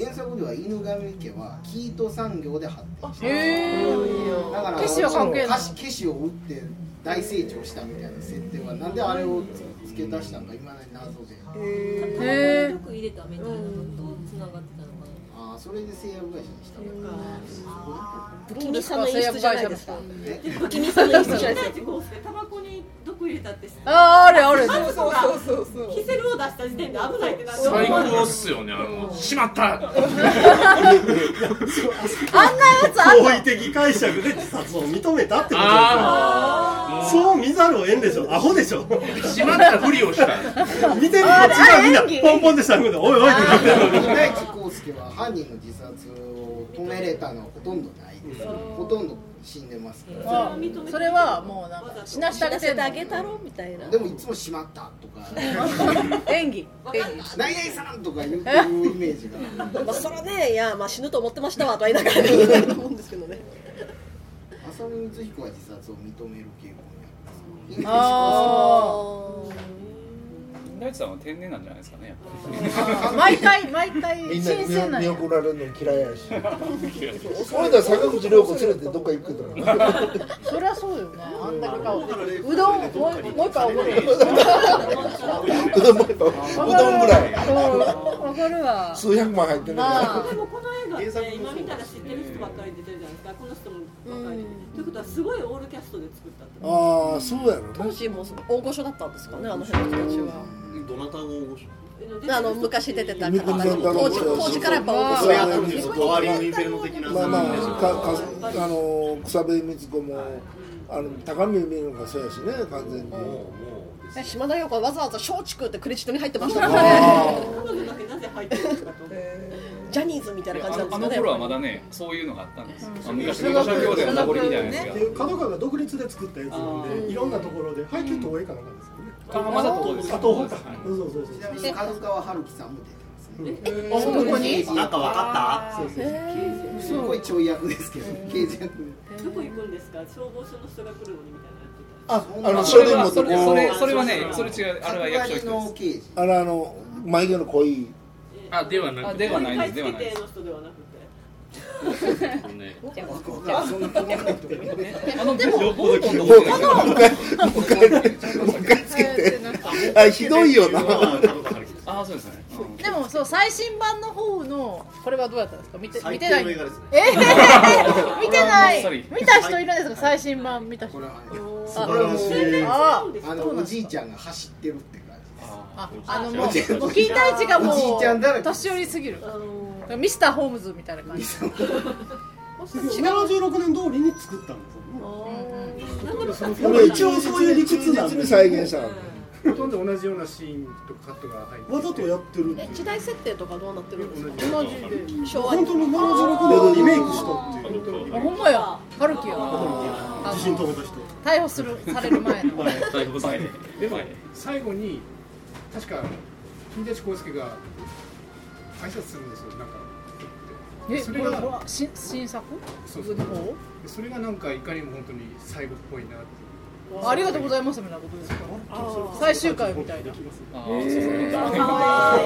S3: 原作では犬神家は生糸産業で発展した
S2: へー
S3: だから
S2: ケシは関係ない
S3: 菓子ケシを打って大成長したみたいな設定はなんであれをつ付け足したのかいまだに謎で
S2: へ
S10: く入れたみたいなのと繋がってたのかな
S3: ああそれで製薬会社にしたのか
S8: 不気味さの演出じゃないですか。
S3: ね
S8: 不気味さの演出じゃないですか。
S9: タバコに毒入れたって
S2: あああれあれ
S4: そうそうそうそう。
S9: キセルを出した時点で危ないってなって
S1: 最高っすよねあのしまった
S12: 好意的解釈で自殺を認めたってこと
S1: あ
S12: ですよそう見ざるを得んでしょアホでしょ
S1: しまったふりをした
S12: 見てるこっちがみんなポンポンってしたらおいおいってなってるのに
S3: 大地康介は犯人の自殺を止めれたのはほとんどないですほとんど死んでますから
S2: あそれはもうなんか死なしてあげ
S8: 知らせ
S2: てん
S8: て
S2: の
S8: あげたろみたいな。
S3: でもいつも「しまった」とか
S2: 演技演
S3: 「ナイナイさん」とか言ってるイメージが
S8: まあそらね、いやまあ死ぬと思ってましたわとは言いながら言いたいと思うんですけどね。
S3: 浅見光彦は自殺を認める傾向にあります
S2: 技あ
S7: 大地さんは天然なんじゃないですかねやっぱ
S2: あ毎回毎回
S6: みんな
S2: 新鮮なん
S6: 見
S2: や
S6: 送られるの嫌いやしそういったら坂口涼子連れてどっか行くとか
S2: そりゃそうよねあんだけ顔うどんもうもう一回おごる
S6: うどんもうどんぐらい
S2: おごるわ
S6: 数百万入ってる
S2: あ
S9: でもこの映画って今見たら知ってる人ばっかり出てるじゃないですかこの人もばっかりということはすごいオールキャストで作ったって
S6: ああそうやろ
S8: 当
S6: ね
S8: 時もう大御所だったんですかねあの辺の人たちは。
S5: どなたが応募し
S8: あの昔出てた
S6: みく
S8: 方
S6: み
S8: 々
S6: さんだろ
S8: 当
S6: う
S8: 時
S6: し
S8: 当時からやっぱ大御所やったんですよ。
S5: 代わりにインフェルノ的な
S6: まあまあかかあの草笛光子もあの高見見るのがそうやしね完全に
S8: え島田洋子はわざわざ松竹ってクレジットに入ってましたからね
S9: 彼女だけなぜ入ってるのかと思って。
S8: (laughs) ジャニーズみたいな感じなんで
S7: あ
S8: す
S7: の
S8: かね
S7: 頃はまだねそういうのがあったんですよ
S8: うん
S7: あ昔の社協での名残みたいなやつが
S12: 角川が独立で作ったやつなんでいろんなところで配給東映かなんかですよね
S7: あまだ東映
S12: あ東映かそうそうそう
S3: ちなみに角川春樹さんも出てますね。
S12: えあ本当に
S3: なんかわかった。そうそう
S9: へー
S3: すごいちょい役ですけど、刑事役で。
S9: どこ行くんですか消防署の人が来るのにみたいな。
S6: あ
S7: あのそれはそれそれそれはねそれ違うあれは役所
S3: 役割の刑事。
S6: あれあの眉毛の濃い
S7: あではなくてではないですではないで
S9: 定
S7: す
S9: の人ではなくて。 (laughs)
S7: あのよっぽ
S6: もうもう
S7: ど
S6: 一回もう一回もう一回つけてあひどいよ
S7: (laughs)
S6: な
S7: あそうですね
S2: でもそう最新版の方のこれはどうだったんですか見て見
S5: 最
S2: て
S5: 低
S2: ない
S5: の映画ですね
S2: え
S3: (laughs)
S2: ー見てな
S5: これはあっさ
S2: い
S5: り
S2: 見た人いるんですか最新版見た人
S3: 素晴らしい
S2: あ
S3: あのおじいちゃんが走ってるって感
S2: ああのもう
S3: おじいちゃん
S2: もう金田一がも
S3: おじいちゃんだら
S2: う年寄りすぎるミスターホームズみたい
S3: (laughs)
S2: な感じ
S12: 76年通りに作ったんですよ
S6: 俺一応そういう理屈なんで再現した
S11: ほとんど同じようなシーンとカットが入って
S12: わざとやってるって
S8: え時代設定とかどうなってるんですか
S11: 同じで
S8: 昭和
S12: 本当に76年をリメイクしたっていう
S2: あほんまやハルキや
S12: 自信止めた人
S2: 逮捕するされ
S3: (laughs)
S2: る前の
S7: 逮捕され
S11: でも最後に確か金田一耕助が挨拶するんですよなんか
S2: え
S11: そ
S2: こ
S11: れ
S2: れ
S11: が
S2: は新新作
S11: そうそうそれがなんかいかにも本当に最後っぽいなって
S2: ありがとうございますみたいなことですか最終回みたいな
S11: あ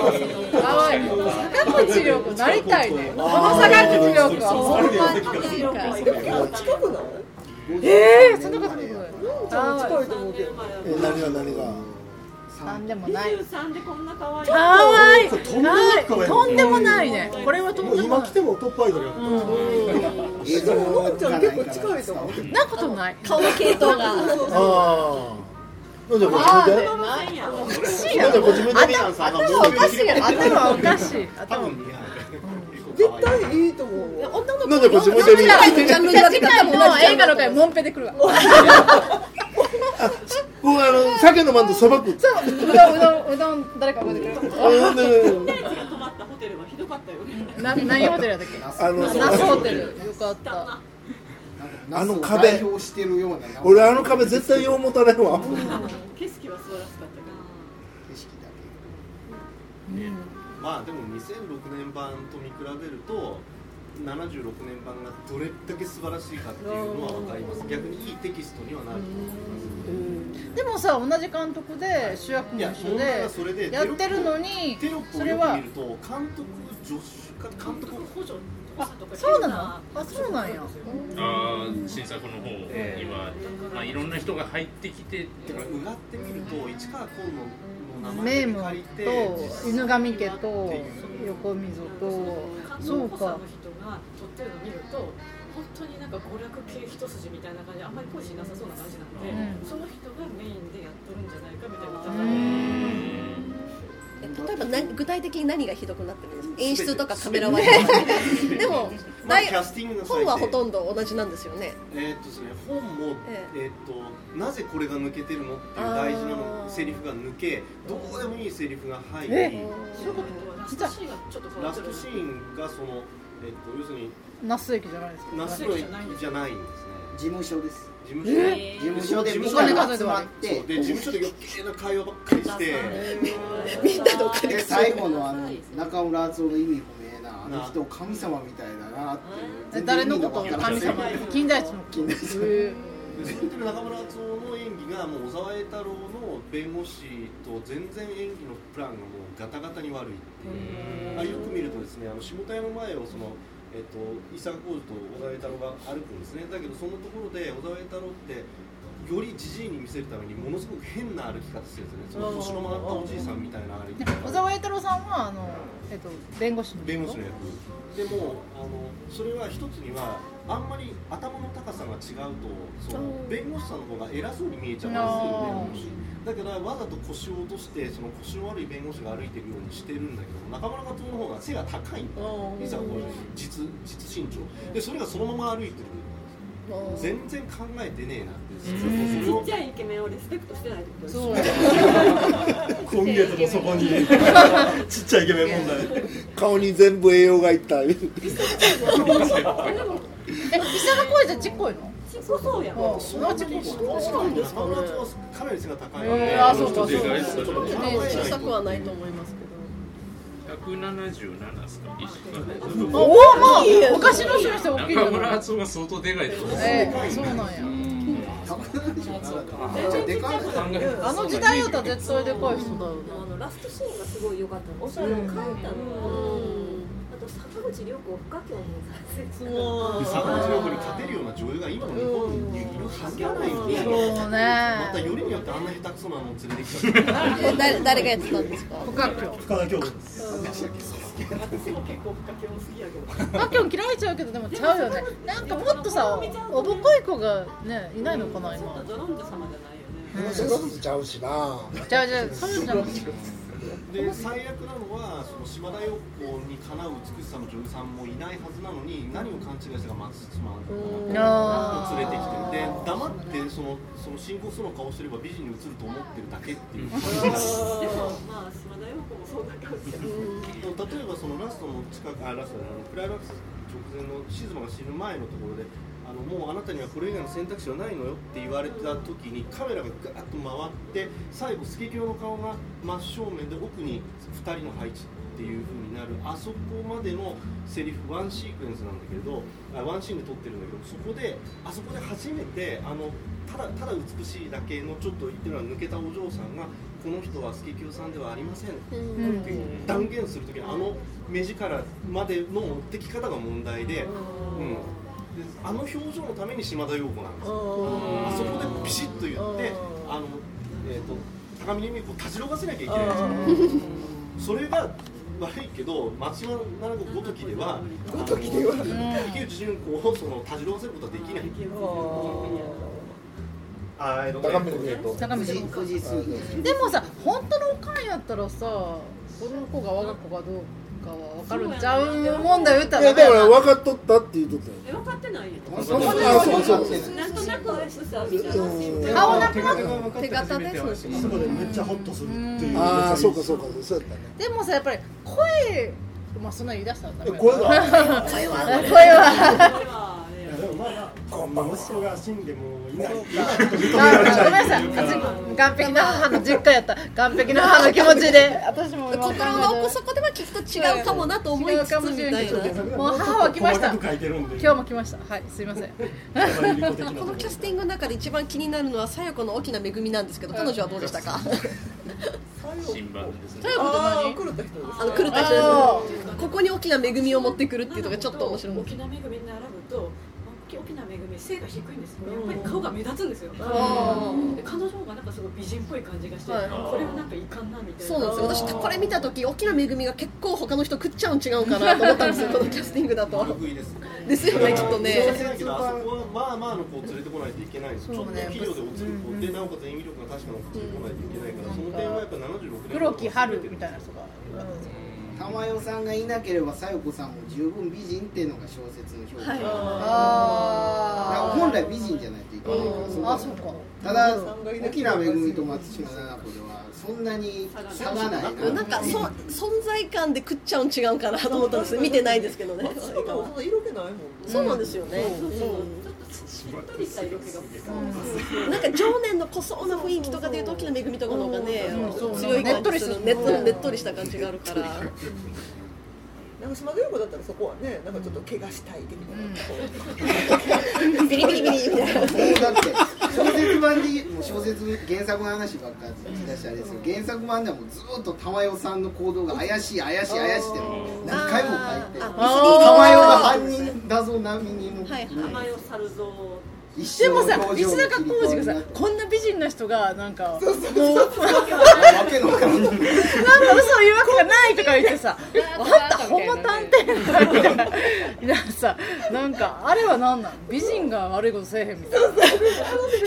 S2: 可愛い可愛い坂口涼子なりたいねこの坂口涼子はほんまにいいから
S4: 近くなの
S2: ええそんなことない
S4: ちゃんも近いと思うけど
S6: え何が何が
S2: なんでもない
S9: 23でこんな可愛い。
S2: 可愛い
S12: これとんでもない可愛い
S2: とんでもないねこれはとん
S12: もう
S2: でも
S12: 今
S2: な
S12: 来てもトップアイドルや
S3: じ。映像
S4: のんちゃん結構近いと思う
S2: いなことない
S8: 顔の系統が
S6: ああなんでこっち見て
S2: おかしいや
S6: なんで
S2: ろ
S6: こっち見てみ
S2: あた頭おかしいやろ頭おかしい頭
S4: 絶対いいと思うわ
S8: 女の
S6: なんでこっち向いてみ
S2: 次
S6: る
S2: 回次回も映画の回モンペで来るわ
S6: 僕あの鮭のマンとそば食って
S2: そううどんうどんうどん誰か覚えてくれる
S6: あのね
S9: 泊まったホテルはひどかったよね。
S2: な何ホテルやったっけ
S6: あの
S2: ナスホテルよかった
S6: あの
S3: ナスを
S6: 壁
S3: 代表してるようななんか
S6: 俺あの壁絶対用持たないわ
S9: 景色は素晴らしかったけど。
S3: 景色だ
S5: まあでも2006年版と見比べると76年版がどれだけ素晴らしいかっていうのは分かります逆にいいテキストにはなると思い
S2: でもさ同じ監督で主役
S5: ますい
S2: も
S5: や
S2: 一緒
S5: 問題はそれ
S2: で
S5: で
S2: やってるのに
S5: テロップ
S2: そ
S5: を
S2: れ
S5: よく
S2: は
S5: 見ると監督助手か監督補助
S2: あそうなのあそうなんや
S1: あー新作の方、今、まあ、いろんな人が入ってきて、
S5: だからうがってみると市川紘のの
S2: メイ
S5: 名前
S2: ム
S5: を
S2: と
S5: 借りて
S2: 犬神家と横溝とそうか
S9: の人が撮ってるのを見ると本当になんか娯楽系一筋みたいな感じであんまり恋しなさそうな感じなので、
S2: うん
S9: その人がメインでやってるんじゃないかみたいな
S2: う
S9: 疑いが
S2: ん
S8: え例えばな具体的に何がひどくなってるんですか演出とかカメラワークと (laughs) かでも
S5: まあ
S8: 大
S5: キャスティングの際
S8: 本
S5: で
S8: はほとんど同じなんですよね
S5: えーっとですね、本も、
S8: え
S5: えーっとなぜこれが抜けてるのっていう大事な
S8: あー
S5: のセリフが抜けどうでもいいセリフが入り
S2: え
S9: そういうことはラストシーンがちょっと変わ
S5: ラ
S9: って
S5: ス
S9: る
S5: トシーンがその、えーっと要するに
S2: 那須駅じゃないです
S5: 那須
S2: か
S5: の駅じゃないんですね
S3: 事務所です。
S5: 事務所で
S3: 事務所で
S5: 事
S3: みん
S5: 務所で
S3: なが集まって
S5: そうで事務所で余計な会話ばっかりして
S8: みんなのお金
S3: で
S8: が
S3: 最後のあの中村敦夫の意味不明なあの人神様みたいだなっていう
S2: 誰のこと神様金田一の
S3: 金田一
S2: へ
S5: で本当に中村敦夫の演技がもう小沢栄太郎の弁護士と全然演技のプランがもうガタガタに悪いっていうあれよく見るとですねあの下田屋の前をその、えっと伊坂浩二と小沢栄太郎が歩くんですねだけどそのところで小沢栄太郎ってよりじじいに見せるためにものすごく変な歩き方してるんですよねその年の回ったおじいさんみたいな歩き
S2: え小
S5: 方
S2: 沢栄太郎さんはあのえっと弁護士の
S5: 弁護士の役でもあのそれは一つにはあんまり頭の高さが違うとその弁護士さんの方が偉そうに見えちゃうんですよねだからわざと腰を落としてその腰の悪い弁護士が歩いてるようにしてるんだけど中村克夫の方が背が高いんだいざこれ実実身長でそれがそのまま歩いてる全然考えてねえなって
S9: ちっちゃいイケメンをリスペクトしてないってことですよね
S12: 今月もそこ
S6: (laughs)
S12: にちっちゃいイケメン問題
S6: 顔に全部栄養がいった
S2: え、ピサが声じゃちっこいの
S9: ちっこそうや
S2: んそんなちっこいそうなんですかね
S5: かなり背が高い
S2: ので
S1: えーあそうかそうか
S8: ちょっとね小さくはないと思いますけど
S1: 177ですか一
S2: お
S1: 緒
S2: お
S1: か
S2: まあお菓子の種類して大きいんだ
S1: 中村敦夫が相当でかいってことです
S2: ええそうなんやあの時代だったら絶対でかい人だよね
S13: あのラストシーンがすごい良かったのおしゃれを変えたの、あと坂口涼子を不可教に挫折
S5: 坂口涼子に勝てるような女優が今の日本にいるはずがないよね
S2: そうね
S5: またよりによってあんな下手くそなのを連れてきたから
S8: え誰誰がやってたんですか
S2: 不可教
S12: 深田恭子
S9: 私も結構不可教も好きやけど
S2: マキョン嫌いちゃうけどでもちゃうよねなんかもっとさおぼこい子がねいないのかな今
S9: ドロンジ様じゃない
S6: ちゃうしな
S2: じゃあじゃあそういうんじゃなくて
S5: で最悪なのはその島田陽子にかなう美しさの女優さんもいないはずなのに何を勘違いしたか松島
S2: ん
S5: が連れてきてるで黙ってそのその深刻そうな顔してれば美人に映ると思ってるだけっ
S8: (laughs)
S5: ていう
S9: でもまあ島田陽子もそんな感じや
S5: 例えばそのラストの近くあラストじゃないあのクライマックス直前のシズマが死ぬ前のところであのもうあなたにはこれ以外の選択肢はないのよって言われた時にカメラがガーッと回って最後スケキヨの顔が真正面で奥に2人の配置っていう風になるあそこまでのセリフワンシークエンスなんだけれどあワンシーンで撮ってるんだけどそこであそこで初めてあのただただ美しいだけのちょっと言ってるのは抜けたお嬢さんがこの人はスケキヨさんではありませんっ
S8: う
S5: て
S8: ん
S5: 断言するときのあの目力までの持ってき方が問題で,、うん、であの表情のために島田陽子なんですよあそこでピシッと言ってあの、えー、と高見由美子をたじろがせなきゃいけないんですよそれが悪いけど松島奈々子ごときではごときでは池内純子をそのたじろがせることはできない。あえーと
S6: 高見の
S5: えーと
S2: 高見の
S5: 藤井鈴子
S2: でもさ本当のおかんやったらさこの子が我が子かどうかは分かるんちゃうもんだよ言った
S6: い
S2: ら
S6: やだから
S2: ね
S6: 分かっとったって言うとったよ
S9: え分かってないよ
S6: あそうそうそう
S9: なんとなくは一つは見た
S2: 顔なくな
S8: 手形でそうします
S12: そこでめっちゃホッとするっていう
S6: ああそうかそうかそうやったね
S2: でもさやっぱり声まあそんな言い出したらダメだな
S12: 声は
S2: (laughs) 声は
S12: 声いやでもまあまあ息子が死んでもいない
S2: あごめんなさい私完璧な母の実家やった完璧な母の気持ちで私も今考えた
S8: 心の奥底ではきっと違うかもなと思いつつみたいな
S2: もう母は来ました
S12: 細かく書いてるんで
S2: 今日も来ましたはいすいません
S8: (laughs) このキャスティングの中で一番気になるのはさや子の大きな恵みなんですけど彼女はどうでした (laughs) か
S1: 新版ですね
S8: ということは何あの来るた人ですここに大きな恵みを持ってくるっていうのがちょっと面白い
S9: 沖縄恵みに並ぶと沖縄恵み背が低いんですよやっぱり顔が目立つんですよで彼女がなんかすごい美人っぽい感じがして、これはなんかいかんなみたいな
S8: そうなんですよ私これ見た時大きな恵みが結構他の人食っちゃうん違うかなと思ったんですよこのキャスティングだと
S5: です
S8: ですよねきっとね
S5: そうだけどあそこはまあまあの子を連れてこないといけないです、ちょっと肥料で落ちる子で、なおかつ演技力が確かな子を連れてこないといけないから、その点はやっぱ76年
S2: 黒木春みたいな人が
S3: 玉代さんがいなければ小夜子さんも十分美人っていうのが小説の評価、
S2: はい
S3: あ本来美人じゃないといけないから
S2: あそうか
S3: ただ沖縄恵みと松島菜々子ではそんなに差がないな
S8: なんかそ存在感で食っちゃうん違うかなと思ったん
S9: (laughs)
S8: ですよ見てないですけどね
S4: そんなの色気ないもん
S8: そうなんですよね、
S9: 一人した色気が
S8: なんか常年の濃そうな雰囲気とかでいうと大きな恵みとかの方がね、
S2: うん
S8: 強い感じ
S2: ねっとりする
S8: ねっとねっとりした感じがあるから
S4: なんか島田陽子だったらそこはねなんかちょっと怪我したい的
S2: (laughs)
S8: ビリビリビリみたいな
S3: もうだって小説版でもう小説原作の話ばっかり出したあれですけど原作版ではもうずっと玉代さんの行動が怪しい怪しい怪しいって何回も書いて
S8: あ
S3: 玉代が
S8: あ
S3: 犯人だぞ並みにも
S8: はいはい
S9: 名前を猿像
S3: 一生
S2: でもさ
S3: 表情
S2: 石
S3: の
S2: 坂
S3: 切り替わり
S2: 浩二がさこんな美人な人がなんかもうなんか
S3: わけのわからんない
S2: 嘘を言うわけがないとか言ってさあんたほんま探偵だみたいないやさなんかあれは何なん美人が悪いことせえへんみたいな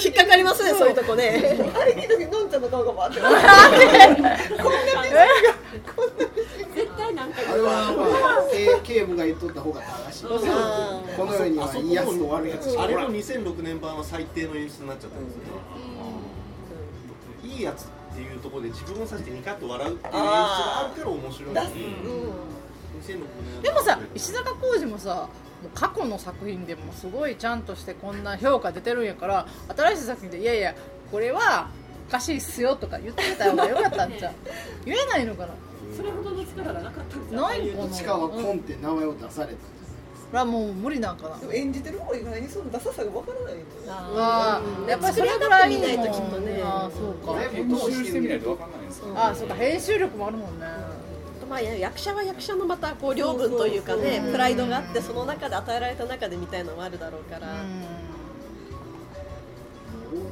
S8: 引っかかりますねそういうとこね
S4: なあれ見た時
S2: (laughs)
S4: のんちゃんの顔がバーって
S9: 絶対なんか
S3: れはやっぱ警部が言っとった方が正しいこの世にはいいやつと悪いやつしか
S5: あ
S3: お
S5: れ
S3: らん
S5: の2006年版は最低の演出になっちゃったんですよねいいやつっていうところで自分を指してニカッと笑うっていう演出があるから面白いのに2006年
S2: でもさ石坂浩二もさもう過去の作品でもすごいちゃんとしてこんな評価出てるんやから新しい作品で「いやいやこれはおかしいっすよ」とか言ってた方がよかったんじゃん言えないのかな
S9: それほどの力がなかったんじゃ
S2: ないのか
S3: ど
S2: な
S3: っちかはコンって名前を出された
S2: それはもう無理なんかな
S4: でも演じてる方が意外にそのダサさがわからない
S2: あーやっぱりそれぐらいにもあーそうか
S7: 編集してみないとわかんないですよ
S2: あーそうか編集力もあるもんね
S8: まあ、役者は役者のまたこう領分というか
S2: そうそう
S8: ね
S2: そう
S8: プライドがあってその中で与えられた中でみたいなのもあるだろうから、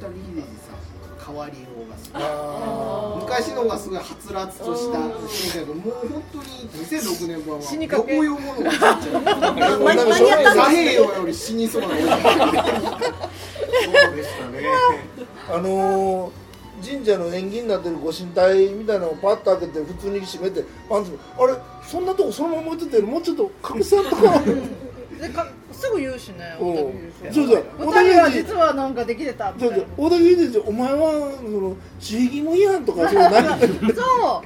S3: 大谷秀治さん変わりようがすごい昔のがすごいはつらつとした性格もう本当に2006年版
S2: 死
S3: は
S2: に
S3: よ
S2: か
S3: こ
S2: け
S3: よものがついちゃう
S2: ま間に合ったんですね
S3: 左平洋より死にそうな
S5: そうでしたね
S6: あのー神社の縁起になってるご神体みたいなのをパッと開けて普通に閉めてパンツもあれそんなとこそのまま置いててもうちょっと隠せあったから
S2: でかすぐ言うしね
S6: うん
S2: 小田切って
S6: そうそう
S2: 小田切は実はなんかできてたみた
S6: だ
S2: い
S6: っ
S2: な
S6: て大竹秀治お前はその地域も違反とかそういうの
S2: (laughs)
S6: ない
S2: そうほん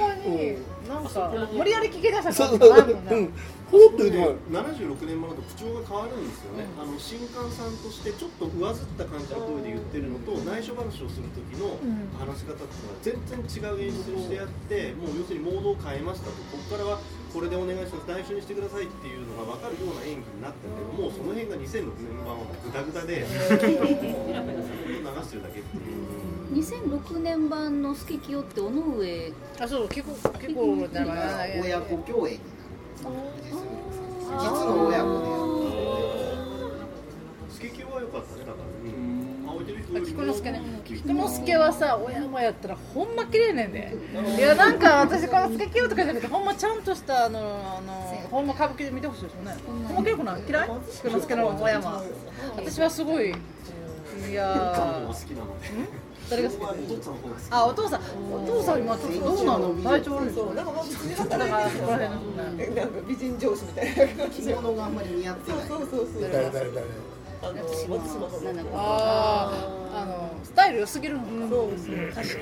S2: まになんか無理やり聞き出した
S6: そ
S2: 感
S6: う
S2: じ
S6: そ
S2: ないもん
S6: う
S2: ね
S6: うん
S5: ほ
S6: っと言うてもらう
S5: 76年版だと口調が変わるんですよね、あの新刊さんとしてちょっと上ずった感じの声で言ってるのと内緒話をする時の
S6: うん
S5: 話し方っていうのは全然違う演出をしてやってもう要するにモードを変えましたとここからはこれでお願いします内緒にしてくださいっていうのが分かるような演技になったけどもうその辺が2006年版はもうグダグダで流してるだけっていう。
S10: 2006年版の「好ききよ」って尾上
S2: あそう結構結構だから
S3: 親子共演に
S10: あー
S3: 実の親子で
S5: スケキューは良かったねだからうん青い鳥風
S2: 菊之助ね菊之助はさ親もやったらほんま綺麗ねんでいやなんか私このつけきようとかじゃなくてほんまちゃんとしたあのあのほんま歌舞伎で見てほしいですよねほんま綺麗くない嫌い菊之助の親は私はすごいいや
S5: 好きなので
S2: 誰が好き
S5: お父さんの方が好き
S2: あお父さんお父さん今ちょっとどうなの体調悪いんですか
S4: なんかもう普通に
S2: だから
S4: 働いてる
S2: ここら辺
S4: えなんか美人上司みたいな感じ
S3: 着物があんまり似合ってない
S4: そうそうそうそう
S6: 誰誰誰
S4: あの松島さん
S2: あああのスタイル良すぎるもんね
S4: そうですね確かにち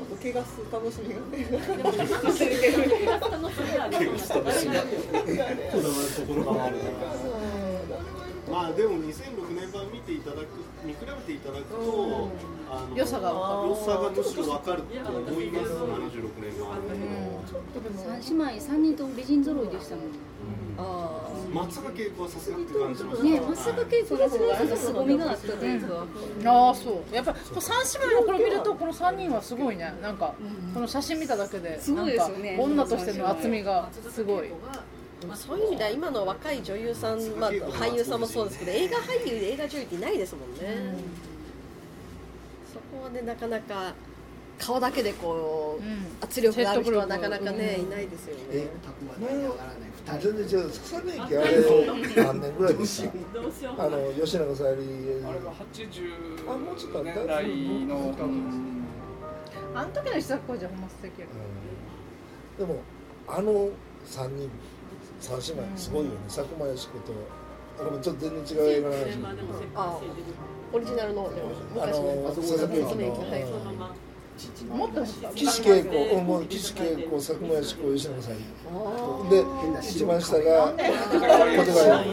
S4: ょっと怪我する楽しみがね
S5: 怪我したら死ぬ子供の心が回るまあでも2006年版見ていただく見比べていただくと、あの
S2: 良さが
S5: 良さがむしろ分かると思います76年版
S10: 三姉妹三人とも美人揃いでしたもん
S8: あ
S5: 松坂慶子はさすがって感じました
S10: ねえ松坂慶子の方がなんか凄みがあったというか
S2: ああそうやっぱこの三姉妹のこれ見るとこの三人はすごいねなんかこの写真見ただけで
S10: ごいですよね
S2: なんか女としての厚みがすごい
S8: まあ、そういう意味では今の若い女優さん、まあ、俳優さんもそうですけど映画俳優で映画女優っていないですもんね、そこはねなかなか顔だけでこう、圧力がある人はなかなかね、いないですよね
S6: え全然違う草根駅あ
S8: あ
S6: れ何年ぐらいでした
S9: どうしよう
S6: あの吉永小百合
S7: あれは80年代のうん
S2: あの時の石坂浩二はほんま素敵や
S6: でもあの3人三姉妹すごいよね佐久間よしことあごめんちょっと全然違う映画の話
S8: あオリジナルの
S6: あ
S8: 昔の
S6: の佐々木の
S8: はい
S2: もっと
S6: 岸恵子うんもう岸恵子佐久間よしこ吉永小百合で一番下が小手川
S2: あの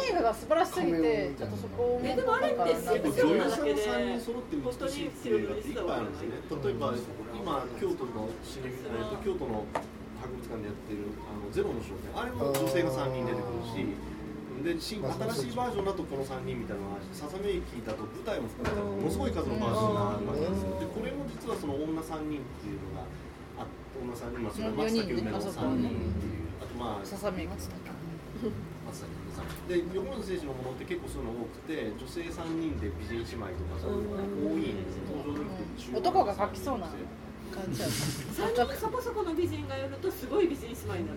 S2: 映画が素晴らしすぎてちょっとそこを
S9: えでもあれって
S2: なんか
S5: 結構女優さん3人揃って美しいっていう映画っていっぱいあるんですよね例えば今京都のシネミえっと京都の博物館でやってる「あのゼロの少年」あれも女性が3人出てくるしで新新しいバージョンだとこの3人みたいなのがあるしささめ駅だと舞台も含めたものすごい数のバージョンがあるわけですよでこれも実はその女3人っていうのがあ女3人まあそれは松崎梅の3人っていうあとまあ
S2: ささみ松
S5: 松崎さんで横本選手のものって結構そういうの多くて女性3人で美人姉妹とかそういうのが多いんですよ登
S2: 男
S5: 場人口 (laughs) 中
S2: が描きそうな感じや
S9: 最初そこそこの美人がやるとすごい美人姉妹に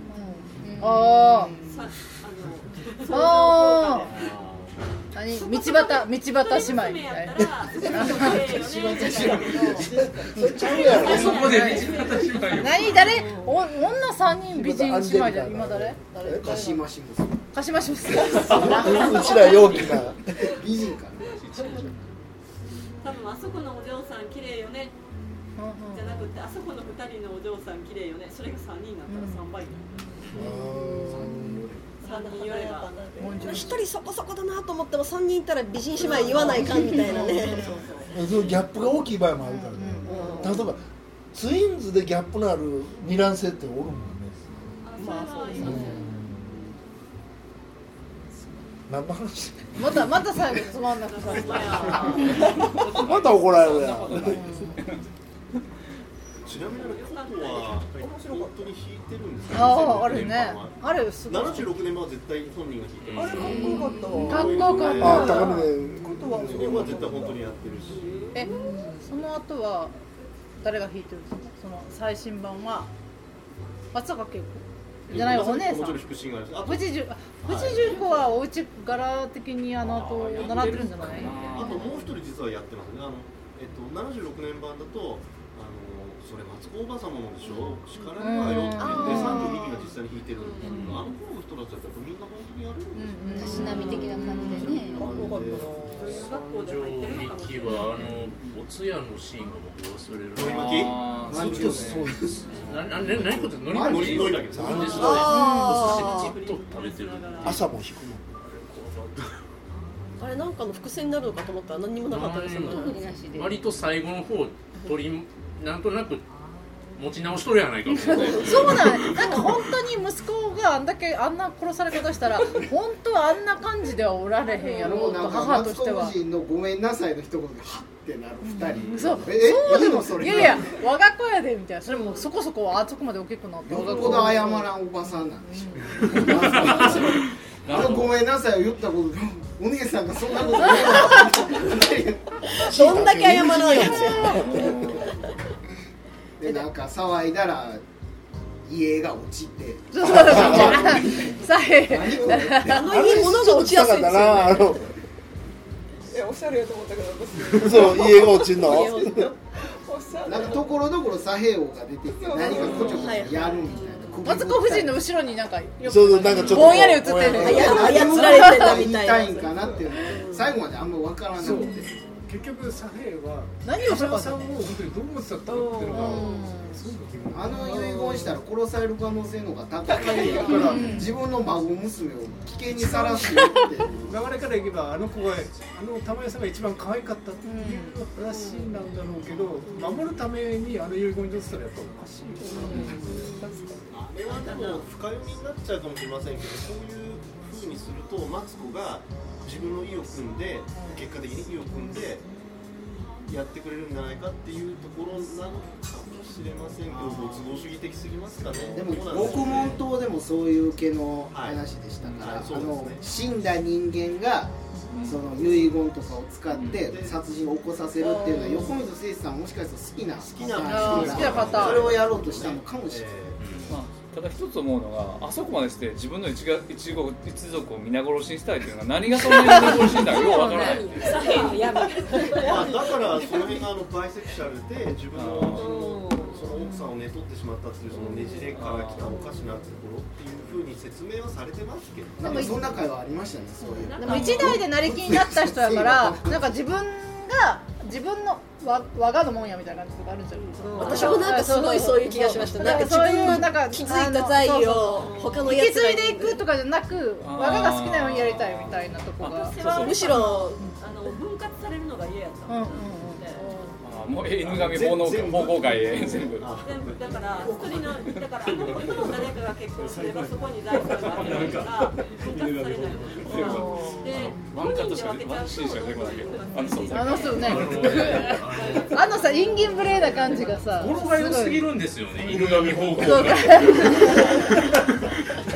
S9: なる、
S2: ああ
S9: さあの
S2: あ何道端道端姉妹みたいな。
S10: (laughs)
S1: そこで道端姉妹を
S2: (laughs) 何誰お女三人美人姉妹じゃん今誰？誰？
S3: 鹿島市も
S2: 鹿島市も。
S6: うちら陽気な
S3: 美人か
S9: 多分あそこのお嬢さん綺麗よねじゃなくてあそこの二人のお嬢さん綺麗よねそれが三人になったら三倍になる三人よれば
S8: 一人そこそこだなと思っても三人いたら美人姉妹言わないかんみたいなね
S6: そのギャップが大きい場合もあるからね、例えばツインズでギャップのある二卵性っておるもんね
S9: まあそうですね
S6: 何の話
S2: (laughs) またまた最後つまんなくさ。
S6: また怒られるやん
S5: ちなみに過去は本当に引いてるんです
S2: あああるね。あるすごい。
S5: 七十六年前は絶対本人が引いてます。あれ
S2: かっこよかったわかっこよかったあ高
S6: 峰
S5: ことは年は絶対本当にやってるし。
S2: (laughs) えその後は誰が弾いてるんですか？その最新版は松坂慶子じゃないお姉さ
S5: も
S2: ん
S5: ちろん。引くシーンがあります。あと
S2: 富士重富士重子はお家柄的にあの後習ってるんじゃない？
S5: あともう一人実はやってますね。あのえっと七十六年版だとあのそれ松子おばさまのでしょ。叱られないよって言って三十二期が実際に引いてるんですけど、あの頃の人たちだったらみんな本当にやるんですよ。
S10: たしなみ的な感じでね
S1: 三条力はあのお通夜のシーンが僕忘れる
S5: のり巻き
S1: そっちです
S5: そうです
S1: ななな何こってのり
S5: のりのり巻き
S1: ですのりです
S8: あ
S1: お寿
S8: ー
S1: 司ずっと食べてる
S6: 朝も引くの
S8: あれなんかの伏線になるのかと思ったら何にもなかったですよね
S1: 割と最後の方取りなんとなく持ち直しとるやないかみたいな
S2: そうなんなんか本当に息子があんだけあんな殺され
S3: (laughs)
S2: 方したら本当はあんな感じではおられへんやろ
S3: もう
S2: う
S3: な
S2: と
S3: んか
S2: 母
S3: マ
S2: として
S3: ツコ
S2: は
S3: 夫人のごめんなさいの一言でハッてなる二人
S2: そう
S3: え
S2: そう
S3: い
S2: で
S3: い
S2: も
S3: のそれ
S2: いやいや我が子やでみたいなそれもそこそこあそこまで大きくなって
S3: よ
S2: 我が
S3: っ
S2: 子
S3: ぽど謝らんおばさんなんでしょあのごめんなさいを言ったことでお (laughs) 姉さんがそんなこと言う
S8: どんだけ謝らないやつ
S3: でなんか騒いだら家が落ちて
S2: そうそうそうさえ
S8: あの家物が落ちやすいんですよ
S6: あの
S4: いやおしゃれやと思ったけど
S6: そう家が落ちんの (laughs)
S4: おしゃれ
S3: なんかところどころ左平王が出てきて何かこちょこちょやるみたいな
S2: マツコ夫人の後ろになんかよく
S6: そうそうなんかちょっと
S2: ぼんやり映ってる
S3: あや
S2: 操
S3: 言いたいんかなっていうの最後まであんま分からなくて
S11: 結局サヘイは
S2: 何をしたか
S11: 石原さんも本当にどう思ってたんだろうっていうのがすごく疑問
S3: あの遺言したら殺される可能性の方が高いだから自分の孫娘を危険にさらすよって
S11: 流れからいけばあの子があの玉井さんが一番可愛かったっていう話なんだろうけど守るためにあの遺言に出てたらやっぱおかしいよな
S5: あれはでも深読みになっちゃうかもしれませんけどそういう風にするとマツコが自分の意を組んで結果的に意を組んでやってくれるんじゃないかっていうところなのかもしれませんけどご都合主義的すぎますかね
S3: で
S5: どうな
S3: も
S5: んしょ
S3: 獄
S5: う
S3: 門島でもそういう系の話でしたから、
S5: はい
S3: あ
S5: そう
S3: の
S5: で
S3: 死んだ人間がその遺言とかを使って殺人を起こさせるっていうのは横溝誠司さんもしかしたら好きな好
S5: きな
S7: 好きなパターン
S3: それをやろうとしたのかもしれない、
S7: まあ、ただ一つ思うのがあそこまでして自分の一が一族一族を皆殺しにしたいっていうのが何がそんなに皆殺しにだかようわからないっていう
S9: 左辺の闇
S5: まあだからその辺があのバイセクシャルで自分のその奥さんを寝取ってしまったっていうそのねじれから来たおかしなところっていう風に説明はされてますけど
S3: なんかそんな会はありましたねそういう
S2: でも一代で成り金になった人やからなんか自分が自分のわ我がのもんやみたいな感じがあるんじゃないですか
S8: 私もなんかすごいそういう気がしましたなんか自
S2: そうい
S8: 分
S2: う
S8: の
S2: なんか
S8: 気づいた財
S2: あの
S8: を
S2: そうそうそう
S8: 他の
S2: 引
S8: や
S2: き
S8: つ
S2: 継
S8: ら
S2: いでいくとかじゃなく
S7: あー
S2: 我が好きなようにやりたいみたいなとこが
S9: 私は
S8: むしろ
S9: あの分割されるのが嫌やったの
S7: あもうえ犬神奉納会奉公会へ全部
S9: 全部だから一人のだからあの子と誰かが結婚すればそこに財産があるから分割されないで
S7: ワンカットしか出ワンシーンしか出てこないけどあのそう
S2: あの人ねあのさインギン無礼な感じがさ
S1: 語呂が良すぎるんですよね犬神方向
S2: そう
S1: が
S2: か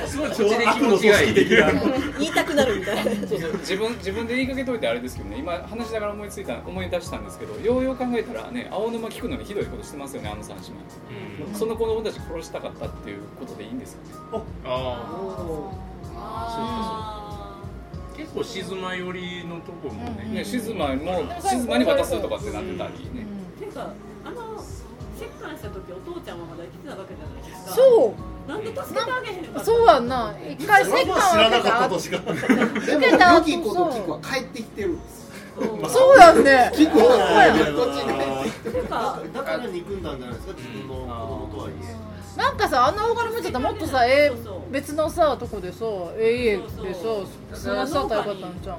S1: すごい超悪の組織的な
S8: (laughs) 言いたくなるみたいな
S7: そうそう自分自分で言いかけといてあれですけどね今話しながら思いついた思い出したんですけどようよう考えたらね青沼聞くのにひどいことしてますよねあの三姉妹、その子供たち殺したかったっていうことでいいんですかね
S1: ああ
S7: そうそうそう
S1: 結構構静まよりのとこもね
S7: ね静まも静まに渡すとかってなってたりね
S9: ていうかあの折檻した時お父ちゃんはまだ生きてたわけじゃないですか
S2: そう
S9: なんで助けてあげへんの
S2: そうやんな一回折檻を受けた
S14: としか
S3: でも
S2: 受けた
S3: 良
S2: 後
S3: きこと聞くは帰ってきてるんです
S2: そうやんね
S3: 聞く
S2: そうやん
S3: こっちに帰ってきてる
S14: だから憎んだんじゃないですか自分の子供とはいえ
S2: なんかさあんな大金持ちだったらもっとさえー別のさとこでさ AA でさ済ませたらよかったんじゃん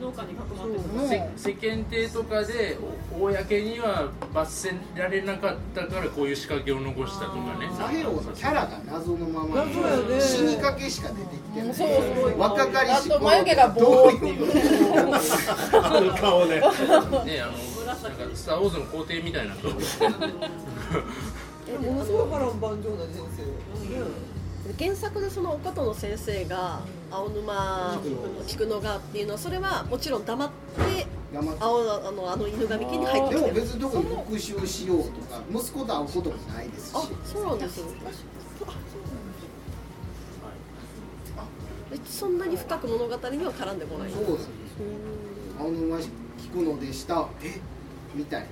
S9: 農家に囲ま
S2: そうね
S1: 世間体とかでお公には罰せられなかったからこういう仕掛けを残したとかね
S3: ザヘロのキャラが謎のままで
S1: 謎やね
S3: 死にかけしか出てきてない
S2: そうそう
S3: 若かりし
S2: あと眉毛が
S3: ど
S2: 棒
S3: ういう
S1: あの顔ね。ね、あの、なんかスターウォーズの皇帝みたいな顔してる。
S15: でもものすごい波乱万丈な人生ね
S8: 原作でその岡戸の先生が青沼菊野がっていうのはそれはもちろん黙って青あのあの犬神家に入って
S3: で
S8: きて
S3: も
S8: る
S3: 別にどこに復讐しようとか息子と会うこともないですし
S8: あそうなんですよえそんなに深く物語には絡んでこない
S3: そうなんです青沼聞くのでしたえみたい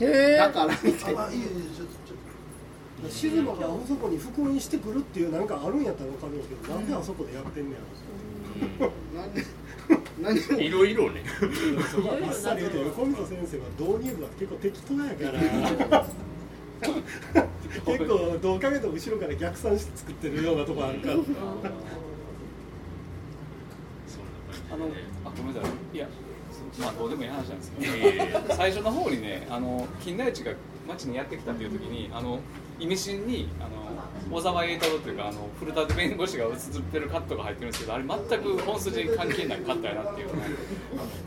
S2: な、
S3: だからみたいな
S5: あいいいいちょちょちょ静馬があそこに復員してくるっていうなんかあるんやったらわかるんやけど、なんであそこでやってんねや
S3: ろ。なん
S1: でいろいろね。
S5: そこはあっさり言うて横溝先生は導入部は結構適当やから。結構どう考えても後ろから逆算して作ってるようなとこあるから。
S7: あの、あ、ごめんなさい。いや、まあ、どうでもいい話なんですけ
S1: いやいやいや
S7: ど、最初の方にね、あの、金田一が町にやってきたっていう時に、あの。意味深に、あの、小沢栄太郎というか、あの、古舘弁護士が映ってるカットが入ってるんですけど、あれ全く本筋に関係ないカットやなっていうのが。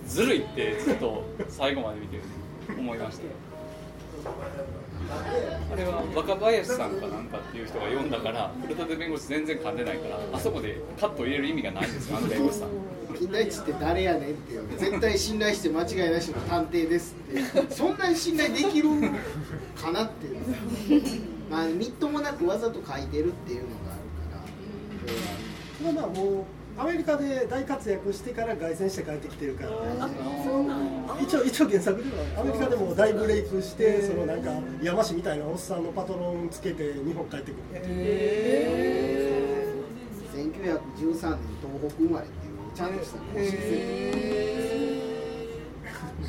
S7: ずるいって、ずっと最後まで見て、思いました。あれは若林さんかなんかっていう人が読んだから古舘弁護士全然噛んでないからあそこでカットを入れる意味がないんですよあの弁護士さん
S3: 金田一って誰やねんっていう絶対信頼して間違いなしの探偵ですってそんなに信頼できるかなっていうまあみっともなくわざと書いてるっていうのがあるから
S5: まあまあもうアメリカで大活躍してから凱旋して帰ってきてるから、一応一応原作ではアメリカでも大ブレイクしてそのなんか山師みたいなおっさんのパトロンつけて日本帰ってくるっていう
S3: 1913年東北生まれっていうちゃんとした公式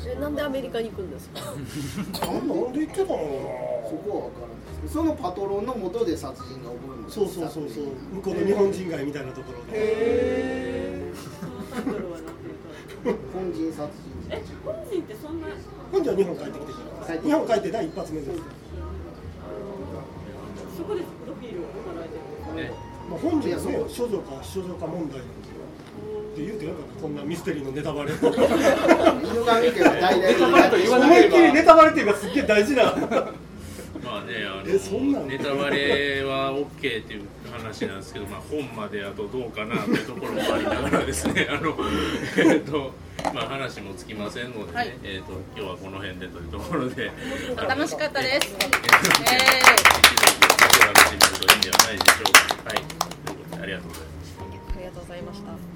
S8: えなんでアメリカに行くんですか
S5: なんで言ってたのか
S3: そこ
S5: な
S3: は分からないですそのパトロンのもとで殺人が起こるの
S5: そうそうそうそう向こうの日本人街みたいなところで
S3: 本人殺人
S9: え本人ってそんな
S5: 本人は日本帰ってきてから日本帰って第一発目です
S9: そこでプロフィールを働いてる
S1: ね
S5: まあ、本人はね、処女か処女か問題なんですよって言うてよかったこんなミステリーのネタ
S3: (laughs)
S5: バレを犬
S3: 神家は大々的に
S5: 思いっきりネタバレっていうかすっげえ大
S3: (laughs)
S5: 事な
S1: まあね、あのネタバレは OK っていう話なんですけど、まあ、本まであとどうかなというところもありながらですね、あのえっとまあ、話もつきませんので、ね
S2: はい
S1: えっと今日はこの辺でというところで、あの
S2: 楽しかったです
S1: 楽しめるといいんではないでしょうか。はい、ということでありがとうございました。
S8: ありがとうございました